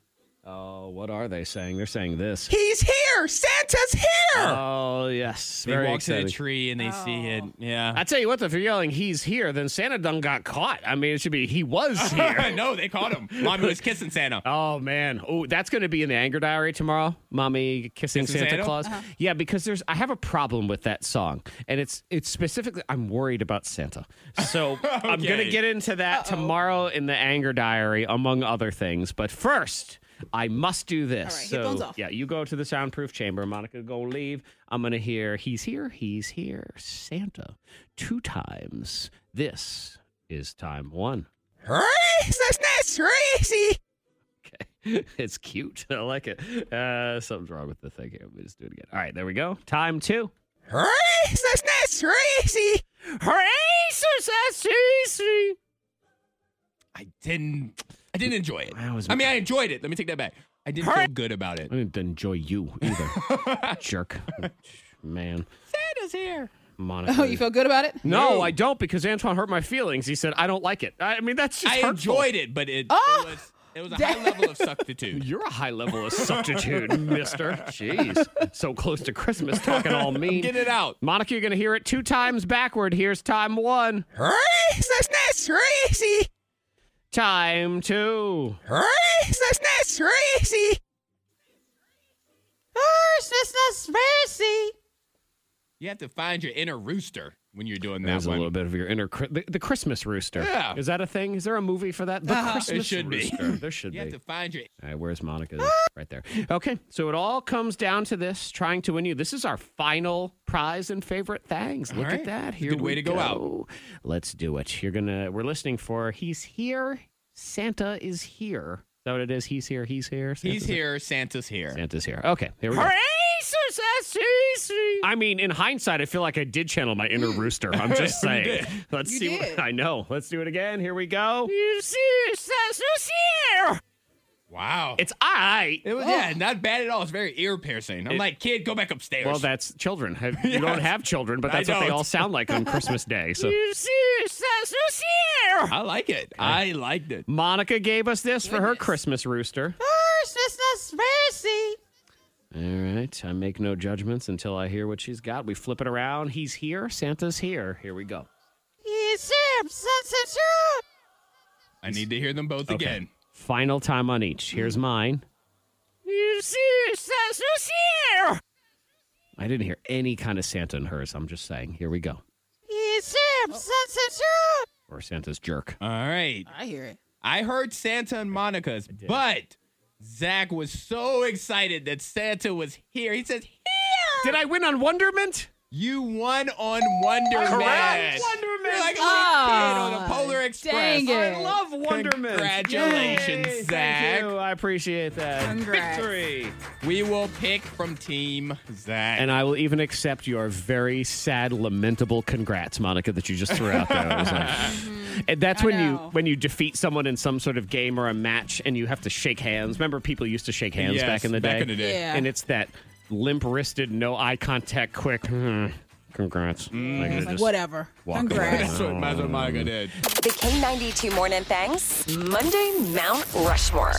Speaker 3: Oh, what are they saying? They're saying this.
Speaker 4: He's here. Santa's here.
Speaker 3: Oh yes,
Speaker 4: they
Speaker 3: very
Speaker 4: walk
Speaker 3: exciting.
Speaker 4: to the tree and they see it. Yeah.
Speaker 3: I tell you what, though, if you're yelling "he's here," then Santa done got caught. I mean, it should be he was
Speaker 4: Uh-huh.
Speaker 3: here.
Speaker 4: no, they caught him. Mommy was kissing Santa.
Speaker 3: Oh man! Oh, that's going to be in the anger diary tomorrow. Mommy kissing
Speaker 4: Kissing
Speaker 3: Santa,
Speaker 4: Santa? Uh-huh.
Speaker 3: Claus. Yeah, because there's I have a problem with that song, and it's it's specifically I'm worried about Santa. So I'm going to
Speaker 4: Okay.
Speaker 3: get into that tomorrow in the anger diary, among other things. But first, I must do this.
Speaker 5: All right,
Speaker 3: so
Speaker 5: headphones off.
Speaker 3: yeah, you go to the soundproof chamber. Monica, go leave. I'm going to hear he's here, he's here, Santa, two times. This is time one. Okay. It's cute. I like it. Uh, something's wrong with the thing here. Let me just do it again. All right, there we go. Time two.
Speaker 4: I didn't. I didn't enjoy it.
Speaker 3: I
Speaker 4: I,
Speaker 3: was-
Speaker 4: mean, I enjoyed it. Let me take that back. I didn't feel good about it.
Speaker 3: I didn't enjoy you either. Jerk. Man.
Speaker 4: Santa's here.
Speaker 3: Monica.
Speaker 5: Oh, you feel good about it?
Speaker 3: no, I don't because Antoine hurt my feelings. He said, I don't like it. I I mean, that's just
Speaker 4: I
Speaker 3: hurtful.
Speaker 4: enjoyed it, but it, it was it was a high level of substitute.
Speaker 3: You're a high level of substitute, mister. Jeez. So close to Christmas, talking all mean.
Speaker 4: Get it out.
Speaker 3: Monica, you're going to hear it two times backward. Here's time one. Time two.
Speaker 4: You have to find your inner rooster when you're doing
Speaker 3: There's
Speaker 4: that
Speaker 3: a little
Speaker 4: one.
Speaker 3: bit of your inner Chri- the, the Christmas rooster.
Speaker 4: Yeah. Uh-huh.
Speaker 3: is that a thing? Is there a movie for that? The Christmas
Speaker 4: should be.
Speaker 3: rooster. There should
Speaker 4: You
Speaker 3: be.
Speaker 4: have to find your.
Speaker 3: All right, where's Monica?
Speaker 4: Ah!
Speaker 3: right there. Okay, so it all comes down to this: trying to win you. This is our final prize and favorite things. Look at
Speaker 4: right.
Speaker 3: that.
Speaker 4: It's a
Speaker 3: Here
Speaker 4: good
Speaker 3: we
Speaker 4: way to go out.
Speaker 3: Let's do it. You're gonna. We're listening for. He's here. Santa is here. Is that what it is? He's here. He's here. Santa's
Speaker 4: He's here. Santa's here.
Speaker 3: Santa's here. Okay, here we go. I mean, in hindsight, I feel like I did channel my
Speaker 4: Hmm.
Speaker 3: inner rooster. I'm just saying. Let's
Speaker 5: You
Speaker 3: see. What,
Speaker 5: did.
Speaker 3: I know. Let's do it again. Here we go.
Speaker 4: Wow.
Speaker 3: It's I.
Speaker 4: It was
Speaker 3: Oh.
Speaker 4: yeah, not bad at all. It's very ear piercing. I'm like, kid, go back upstairs.
Speaker 3: Well, that's children. Have, You don't have children, but
Speaker 4: I
Speaker 3: that's what they
Speaker 4: don't.
Speaker 3: all sound like on Christmas Day. So
Speaker 4: I like it. I liked it.
Speaker 3: Monica gave us this for her Christmas rooster. All right. I make no judgments until I hear what she's got. We flip it around. He's here. Santa's here. Here we go.
Speaker 4: I need to hear them both again.
Speaker 3: Final time on each. Here's mine. I didn't hear any kind of Santa in hers. I'm just saying. Here we go.
Speaker 5: Oh.
Speaker 3: Or Santa's jerk.
Speaker 4: All right.
Speaker 5: I hear it.
Speaker 4: I heard Santa and Monica's, but Zach was so excited that Santa was here. He says, "Here,
Speaker 3: Did I win on Wonderment?
Speaker 4: you won on Wonder Man.
Speaker 3: Wonder Man.
Speaker 4: You're like a little kid on a Polar Express.
Speaker 5: Ah, dang it. I
Speaker 3: love Wonderment.
Speaker 4: Congratulations,
Speaker 3: Yay,
Speaker 4: Zach.
Speaker 3: Thank you. I appreciate that.
Speaker 5: Congrats.
Speaker 3: Victory.
Speaker 4: We will pick from Team Zach.
Speaker 3: And I will even accept your very sad, lamentable congrats, Monica, that you just threw out there. I was like, and that's
Speaker 5: Mm-hmm. I
Speaker 3: when you
Speaker 5: know.
Speaker 3: when you defeat someone in some sort of game or a match, and you have to shake hands. Remember, people used to shake hands
Speaker 4: Yes,
Speaker 3: back in the day.
Speaker 4: back in the day.
Speaker 5: Yeah.
Speaker 3: And it's that limp-wristed, no eye contact, quick. "Hmm, Congrats. Like, you
Speaker 5: Like,
Speaker 3: just-
Speaker 5: whatever.
Speaker 3: walk
Speaker 5: Congrats.
Speaker 4: That's what that's what Monica did.
Speaker 7: The K92 Morning Thangs, Monday Mount Rushmore.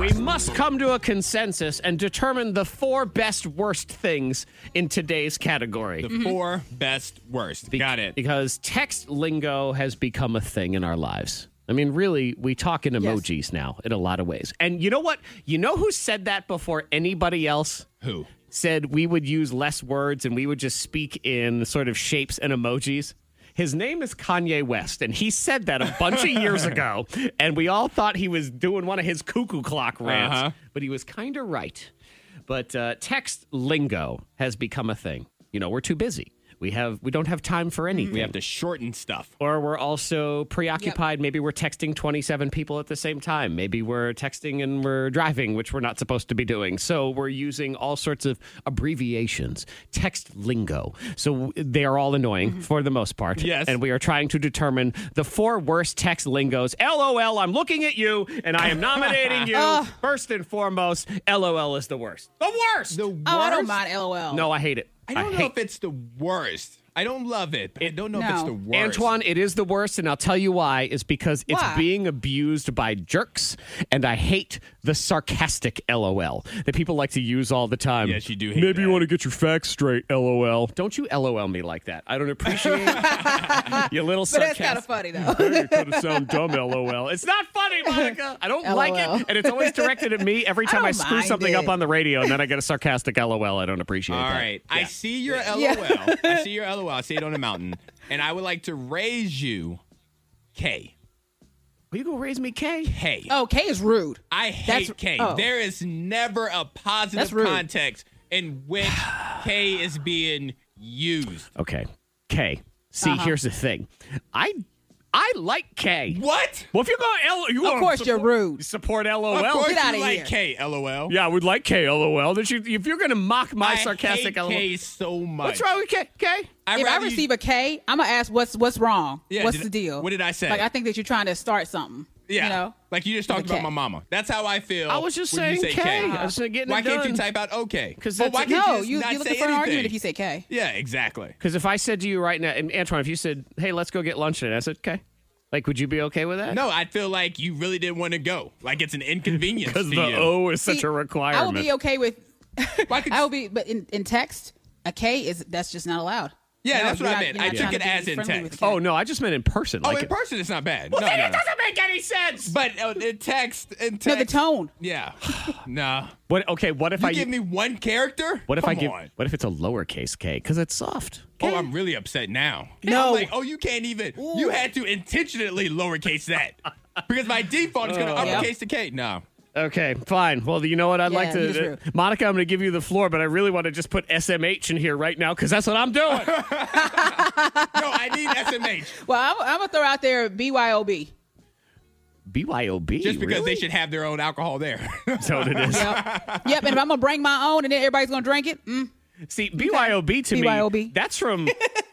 Speaker 3: We must come to a consensus and determine the four best worst things in today's category.
Speaker 4: The
Speaker 5: Mm-hmm.
Speaker 4: four best worst. Got it.
Speaker 3: Because text lingo has become a thing in our lives. I mean, really, we talk in emojis now in a lot of ways. And you know what? You know who said that before anybody else?
Speaker 4: Who?
Speaker 3: Said we would use less words and we would just speak in sort of shapes and emojis. His name is Kanye West, and he said that a bunch of years ago. And we all thought he was doing one of his cuckoo clock rants,
Speaker 4: Uh-huh.
Speaker 3: but he was kind of right. But uh, text lingo has become a thing. You know, we're too busy. We have we don't have time for anything.
Speaker 4: We have to shorten stuff.
Speaker 3: or we're also preoccupied. Maybe we're texting 27 people at the same time. Maybe we're texting and we're driving, which we're not supposed to be doing. So we're using all sorts of abbreviations, text lingo. So w- they are all annoying for the most part.
Speaker 4: Mm-hmm. Yes.
Speaker 3: And we are trying to determine the four worst text lingos. LOL, I'm looking at you and I am nominating
Speaker 4: Oh.
Speaker 3: you. First and foremost, LOL is the worst. The worst.
Speaker 4: The worst.
Speaker 5: Oh, I don't mind LOL.
Speaker 3: no, I hate it.
Speaker 4: I don't know
Speaker 3: hate
Speaker 4: if it's the worst. I don't love it, but I don't know if it's
Speaker 5: No.
Speaker 4: the worst.
Speaker 3: Antoine, it is the worst, and I'll tell you why. Is because it's
Speaker 5: Why?
Speaker 3: being abused by jerks, and I hate the sarcastic LOL that people like to use all the time.
Speaker 4: Yes, you do hate
Speaker 3: Maybe you
Speaker 4: that.
Speaker 3: want to get your facts straight. LOL. Don't you LOL me like that. I don't appreciate your little
Speaker 5: But that's
Speaker 3: sarcastic.
Speaker 5: kind of funny though.
Speaker 3: You're gonna sound dumb, LOL. It's not funny, Monica. I don't like
Speaker 5: LOL.
Speaker 3: it, and it's always directed at me every time I,
Speaker 5: don't
Speaker 3: screw
Speaker 5: mind
Speaker 3: something
Speaker 5: it.
Speaker 3: up on the radio, and then I get a sarcastic LOL. I don't appreciate.
Speaker 4: All
Speaker 3: that.
Speaker 4: right. I see your LOL. I see your LOL. I see it on a mountain. And I would like to raise you K.
Speaker 3: Will you go raise me K?
Speaker 4: K.
Speaker 5: oh, K is rude.
Speaker 4: I hate
Speaker 5: That's-
Speaker 4: K.
Speaker 5: oh.
Speaker 4: There is never a positive
Speaker 5: That's rude.
Speaker 4: context in which K is being used.
Speaker 3: Okay. K. See, here's the thing. I I like K.
Speaker 4: What?
Speaker 3: Well, if you're going L, you
Speaker 5: Of
Speaker 3: wanna
Speaker 5: course
Speaker 3: support,
Speaker 5: you're rude.
Speaker 3: Support LOL.
Speaker 4: of course
Speaker 5: get
Speaker 4: you
Speaker 5: outta
Speaker 4: like K. LOL.
Speaker 3: Yeah, I would like K. LOL. That you, if you're going to mock my
Speaker 4: I
Speaker 3: sarcastic
Speaker 4: hate
Speaker 3: LOL,
Speaker 4: K so much.
Speaker 3: what's wrong with K? K?
Speaker 4: I'd
Speaker 5: if I
Speaker 4: rather you-
Speaker 5: receive a K, I'm gonna ask what's what's wrong.
Speaker 4: Yeah,
Speaker 5: what's
Speaker 4: did-
Speaker 5: the deal?
Speaker 4: what did I say?
Speaker 5: Like I think that you're trying to start something.
Speaker 4: Yeah.
Speaker 5: You know?
Speaker 4: Like you just talked
Speaker 5: With a
Speaker 4: about
Speaker 5: K.
Speaker 4: my mama. That's how I feel.
Speaker 3: I was just
Speaker 4: when you
Speaker 3: saying
Speaker 4: say
Speaker 3: K. I was just getting
Speaker 4: why
Speaker 3: it
Speaker 4: can't
Speaker 3: done.
Speaker 4: you type out okay?
Speaker 3: 'Cause
Speaker 4: Well,
Speaker 3: that's-
Speaker 4: why can't
Speaker 5: No,
Speaker 4: you, just
Speaker 5: you
Speaker 4: not
Speaker 5: you're looking
Speaker 4: say
Speaker 5: for an argument
Speaker 4: anything?
Speaker 5: if you say K.
Speaker 4: Yeah, exactly.
Speaker 3: Because if I said to you right now, and Antoine, if you said, hey, let's go get lunch today, I said, K. Like, would you be okay with that?
Speaker 4: No, I feel like you really didn't want to go. Like it's an inconvenience to
Speaker 3: Because the
Speaker 4: you.
Speaker 3: O is such
Speaker 5: See,
Speaker 3: a requirement.
Speaker 5: I would be okay with
Speaker 4: Why could
Speaker 5: I
Speaker 4: you-
Speaker 5: would be but in, in text, a K is that's just not allowed.
Speaker 4: Yeah,
Speaker 5: You know,
Speaker 4: that's what
Speaker 5: you're
Speaker 4: I
Speaker 5: not-
Speaker 4: meant.
Speaker 5: you're
Speaker 4: I
Speaker 5: not
Speaker 4: took
Speaker 5: trying
Speaker 4: it
Speaker 5: to be
Speaker 4: as in
Speaker 5: friendly
Speaker 4: text.
Speaker 5: with a K.
Speaker 3: Oh, no, I just meant in person.
Speaker 4: oh,
Speaker 3: like,
Speaker 4: in person it's not bad.
Speaker 3: Well,
Speaker 4: no,
Speaker 3: then
Speaker 4: no,
Speaker 3: it
Speaker 4: no.
Speaker 3: doesn't make any sense.
Speaker 4: But uh, in text, in text,
Speaker 5: no, the tone.
Speaker 4: Yeah, no.
Speaker 3: What, okay, what if
Speaker 4: You
Speaker 3: I.
Speaker 4: give me one character?
Speaker 3: what if
Speaker 4: Come
Speaker 3: I give.
Speaker 4: on.
Speaker 3: What if it's a lowercase K? Because it's soft.
Speaker 4: Oh, I'm really upset now.
Speaker 5: No.
Speaker 4: I'm like, oh, you can't even. You had to intentionally lowercase that because by default it's going
Speaker 3: Oh.
Speaker 4: to
Speaker 5: Yeah.
Speaker 4: uppercase the K. No.
Speaker 3: Okay, fine. Well, you know what? I'd
Speaker 5: Yeah,
Speaker 3: like
Speaker 5: he was
Speaker 3: to,
Speaker 5: rude.
Speaker 3: Monica. I'm going to give you the floor, but I really want to just put SMH in here right now because that's what I'm doing.
Speaker 4: No, I need SMH
Speaker 5: Well, I'm, I'm gonna throw out there BYOB.
Speaker 3: BYOB.
Speaker 4: just because
Speaker 3: really?
Speaker 4: they should have their own alcohol there.
Speaker 3: That's what it is.
Speaker 5: Yep. yep. And if I'm gonna bring my own, and then everybody's gonna drink it. Mm.
Speaker 3: See, BYOB to me,
Speaker 5: BYOB.
Speaker 3: that's from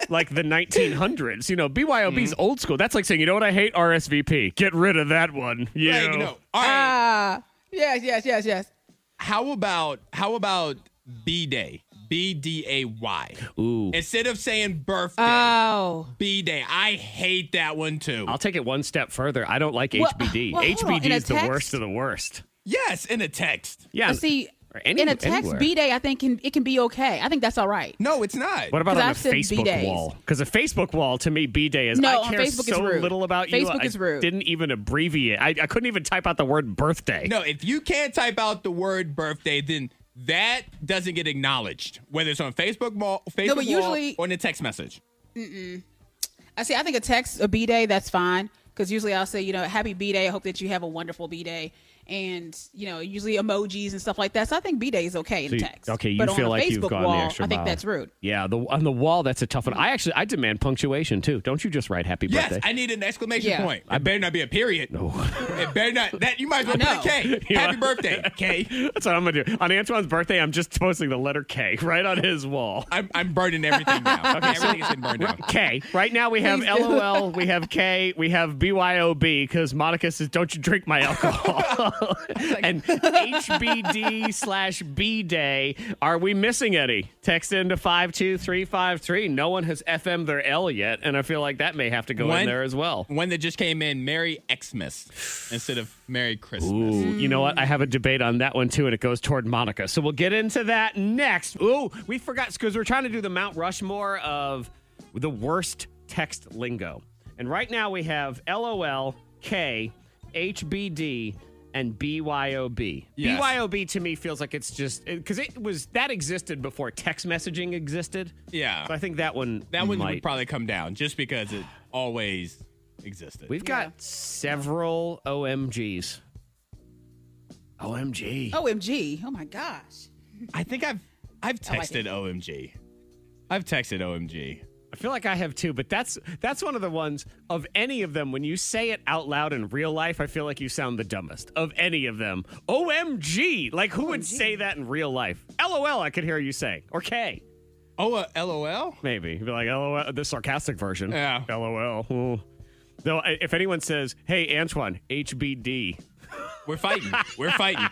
Speaker 3: like the 1900s. You know, BYOB's old school. That's like saying, you know what? I hate RSVP. Get rid of that one. You
Speaker 4: Like,
Speaker 3: know.
Speaker 4: no. All right.
Speaker 5: Ah, yes, yes, yes, yes.
Speaker 4: How about how about B Day? B D A Y.
Speaker 3: Ooh.
Speaker 4: Instead of saying birthday,
Speaker 5: Oh,
Speaker 4: B Day. I hate that one too.
Speaker 3: I'll take it one step further. I don't like
Speaker 5: Well,
Speaker 3: HBD.
Speaker 5: well, hold on.
Speaker 3: HBD
Speaker 5: In a
Speaker 3: is the
Speaker 5: text?
Speaker 3: worst of the worst.
Speaker 4: yes, in a text.
Speaker 3: Yeah.
Speaker 5: see,
Speaker 3: or any-
Speaker 5: in a text
Speaker 3: anywhere.
Speaker 5: B day, I think can it can be okay. I think that's all right.
Speaker 4: No, it's not.
Speaker 3: What about
Speaker 5: 'Cause
Speaker 3: on a
Speaker 5: I've said
Speaker 3: Facebook
Speaker 5: B-days.
Speaker 3: wall? Because a Facebook wall to me, B day is
Speaker 5: No,
Speaker 3: I
Speaker 5: on
Speaker 3: care
Speaker 5: Facebook it's
Speaker 3: so
Speaker 5: rude.
Speaker 3: little about you.
Speaker 5: Facebook
Speaker 3: I
Speaker 5: is rude.
Speaker 3: Didn't even abbreviate. I, I couldn't even type out the word birthday.
Speaker 4: No, if you can't type out the word birthday, then that doesn't get acknowledged, whether it's on Facebook, wall, Facebook
Speaker 5: No, but
Speaker 4: wall,
Speaker 5: usually-
Speaker 4: or in a text message.
Speaker 5: I see. I think a text a B day that's fine because usually I'll say you know happy B day. I hope that you have a wonderful B day, and you know usually emojis and stuff like that. So I think B day is okay in
Speaker 3: So you-
Speaker 5: text.
Speaker 3: okay, you
Speaker 5: but on
Speaker 3: feel
Speaker 5: a
Speaker 3: like
Speaker 5: Facebook
Speaker 3: you've gone
Speaker 5: wall,
Speaker 3: the extra
Speaker 5: I think
Speaker 3: mile.
Speaker 5: that's rude.
Speaker 3: Yeah, the on the wall that's a tough one. I actually I demand punctuation too. Don't you just write happy
Speaker 4: Yes,
Speaker 3: birthday?
Speaker 4: I need an exclamation
Speaker 5: Yeah.
Speaker 4: point. It better not be a period. No. It better not. That you might as well
Speaker 5: I
Speaker 4: put a
Speaker 5: know.
Speaker 4: K. Happy birthday, K.
Speaker 3: that's what I'm gonna do. On Antoine's birthday, I'm just posting the letter K right on his wall.
Speaker 4: I'm, I'm burning everything now. Okay, everything is getting burned down.
Speaker 3: K. Right now we have
Speaker 5: Please do.
Speaker 3: LOL, we have K, we have BYOB because Monica says, "Don't you drink my alcohol?" and HBD slash B Day. Are we missing any? Text into five two three five three. No one has FM their L yet, and I feel like that may have to go in there as well.
Speaker 4: One that just came in, Merry Xmas instead of Merry Christmas.
Speaker 3: Ooh, you know what? I have a debate on that one too, and it goes toward Monica. So we'll get into that next. Ooh, we forgot because we're trying to do the Mount Rushmore of the worst text lingo. And right now we have LOL, K, HBD, and BYOB.
Speaker 4: Yes.
Speaker 3: BYOB to me feels like it's just because it was that existed before text messaging existed.
Speaker 4: Yeah.
Speaker 3: So I think that one
Speaker 4: That one
Speaker 3: might
Speaker 4: would probably come down just because it always existed.
Speaker 3: We've got several OMGs. OMG.
Speaker 5: Omg! Oh my gosh!
Speaker 4: I think I've I've
Speaker 5: like
Speaker 4: texted OMG. I've texted OMG.
Speaker 3: I feel like I have too, but that's that's one of the ones of any of them. When you say it out loud in real life, I feel like you sound the dumbest of any of them. OMG! Like who would say that in real life? LOL, I could hear you say, or K,
Speaker 4: Oh, uh, LOL?
Speaker 3: maybe. You'd be like LOL, the sarcastic version.
Speaker 4: Yeah.
Speaker 3: LOL. Hmm. Though I- if anyone says, "Hey Antoine, HBD,"
Speaker 4: We're fighting. We're fighting.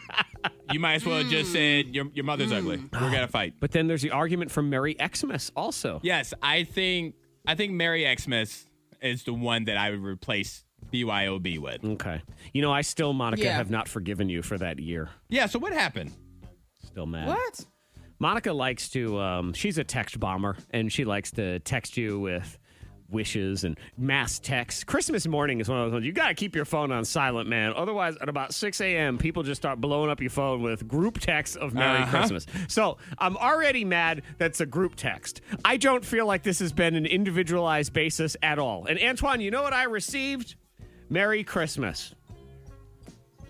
Speaker 4: You might as well have just said your, your mother's
Speaker 5: Mm.
Speaker 4: ugly. We're gonna fight.
Speaker 3: but then there's the argument from Merry Xmas also.
Speaker 4: Yes, I think I think Merry Xmas is the one that I would replace BYOB with.
Speaker 3: Okay. You know, I still, Monica,
Speaker 5: Yeah.
Speaker 3: have not forgiven you for that year.
Speaker 4: Yeah. So what happened?
Speaker 3: Still mad.
Speaker 5: What?
Speaker 3: Monica likes to, um, she's a text bomber, and she likes to text you with wishes and mass texts. Christmas morning is one of those ones. You got to keep your phone on silent, man. Otherwise, at about 6 a.m., people just start blowing up your phone with group texts of Merry
Speaker 4: Uh-huh.
Speaker 3: Christmas. So I'm already mad that's a group text. I don't feel like this has been an individualized basis at all. And Antoine, you know what I received? Merry Christmas.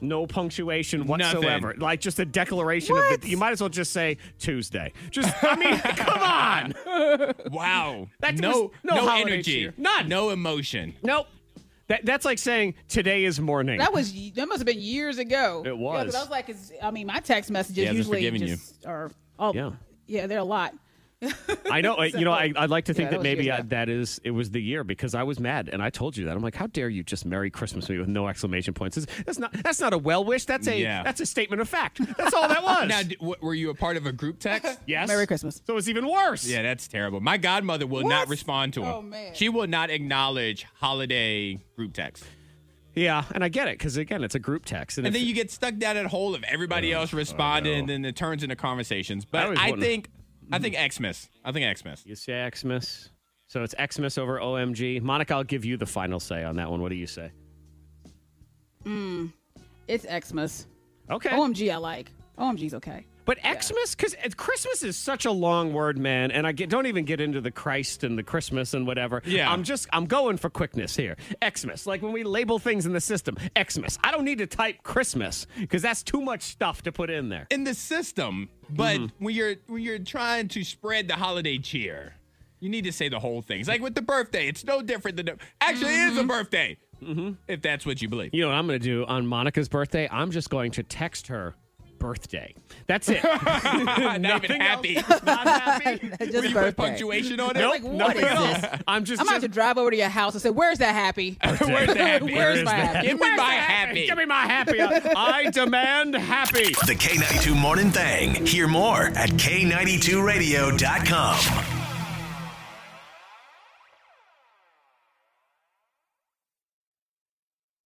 Speaker 3: No punctuation whatsoever.
Speaker 4: Nothing.
Speaker 3: Like just a declaration of the, you might as well just say Tuesday. Just I mean, come on.
Speaker 4: Wow.
Speaker 3: That
Speaker 4: no
Speaker 3: was no
Speaker 4: no
Speaker 3: holiday
Speaker 4: energy.
Speaker 3: cheer. None.
Speaker 4: No emotion.
Speaker 3: Nope. That that's like saying today is morning.
Speaker 5: That was y- that must have been years ago.
Speaker 3: It
Speaker 5: Yeah,
Speaker 3: was.
Speaker 5: 'cause I was like, it's, I mean, my text messages
Speaker 4: Yeah, they're
Speaker 5: usually
Speaker 4: forgiving you.
Speaker 5: just are. Oh,
Speaker 3: Yeah.
Speaker 5: yeah, they're a lot.
Speaker 3: I know. I- you know, I, I'd like to think
Speaker 5: Yeah,
Speaker 3: that,
Speaker 5: that was
Speaker 3: maybe
Speaker 5: years
Speaker 3: I,
Speaker 5: ago.
Speaker 3: that is it was the year because I was mad and I told you that. I'm like, how dare you just Merry Christmas me with no exclamation points? That's- That's not that's not a well wish. That's a
Speaker 4: Yeah.
Speaker 3: that's a statement of fact. That's all that was.
Speaker 4: Now, d- w- were you a part of a group text?
Speaker 3: yes.
Speaker 5: Merry Christmas.
Speaker 3: So it's even worse.
Speaker 4: Yeah, that's terrible. My godmother will not respond to him.
Speaker 5: Oh, man.
Speaker 4: She will not acknowledge holiday group text.
Speaker 3: Yeah, and I get it because again, it's a group text, and,
Speaker 4: And
Speaker 3: if- Oh,
Speaker 4: then you get stuck down that hole of everybody else responding, and then it turns into conversations. But
Speaker 3: always
Speaker 4: I,
Speaker 3: wonder-
Speaker 4: think,
Speaker 3: Mm-hmm.
Speaker 4: I think Xmas. I think Xmas.
Speaker 3: You say Xmas. So it's Xmas over OMG. Monica, I'll give you the final say on that one. What do you say?
Speaker 5: It's Xmas.
Speaker 3: Okay.
Speaker 5: OMG, I like. OMG's okay.
Speaker 3: but Xmas, because Christmas is such a long word, man. And I get, don't even get into the Christ and the Christmas and whatever.
Speaker 4: Yeah.
Speaker 3: I'm just, I'm going for quickness here. Xmas. Like when we label things in the system, Xmas. I don't need to type Christmas because that's too much stuff to put in there.
Speaker 4: in the system, but when you're when you're trying to spread the holiday cheer, you need to say the whole thing. It's like with the birthday, it's no different than the, actually it is a birthday, if that's what you believe.
Speaker 3: You know what I'm going to do on Monica's birthday? I'm just going to text her birthday. That's it.
Speaker 4: Not even happy.
Speaker 3: Not happy.
Speaker 5: Just
Speaker 4: Will you put
Speaker 5: birthday.
Speaker 4: punctuation on it?
Speaker 5: Nope. Like, what
Speaker 3: nothing
Speaker 5: is
Speaker 3: else.
Speaker 5: this?
Speaker 3: I'm just.
Speaker 5: I'm about
Speaker 3: just-
Speaker 5: to drive over to your house and say, "Where's that happy?
Speaker 4: Where's the happy?
Speaker 5: Where's my happy?
Speaker 4: Give me my happy.
Speaker 3: Give me my happy. I demand happy.
Speaker 9: The K92 Morning Thing. Hear more at K92Radio.com.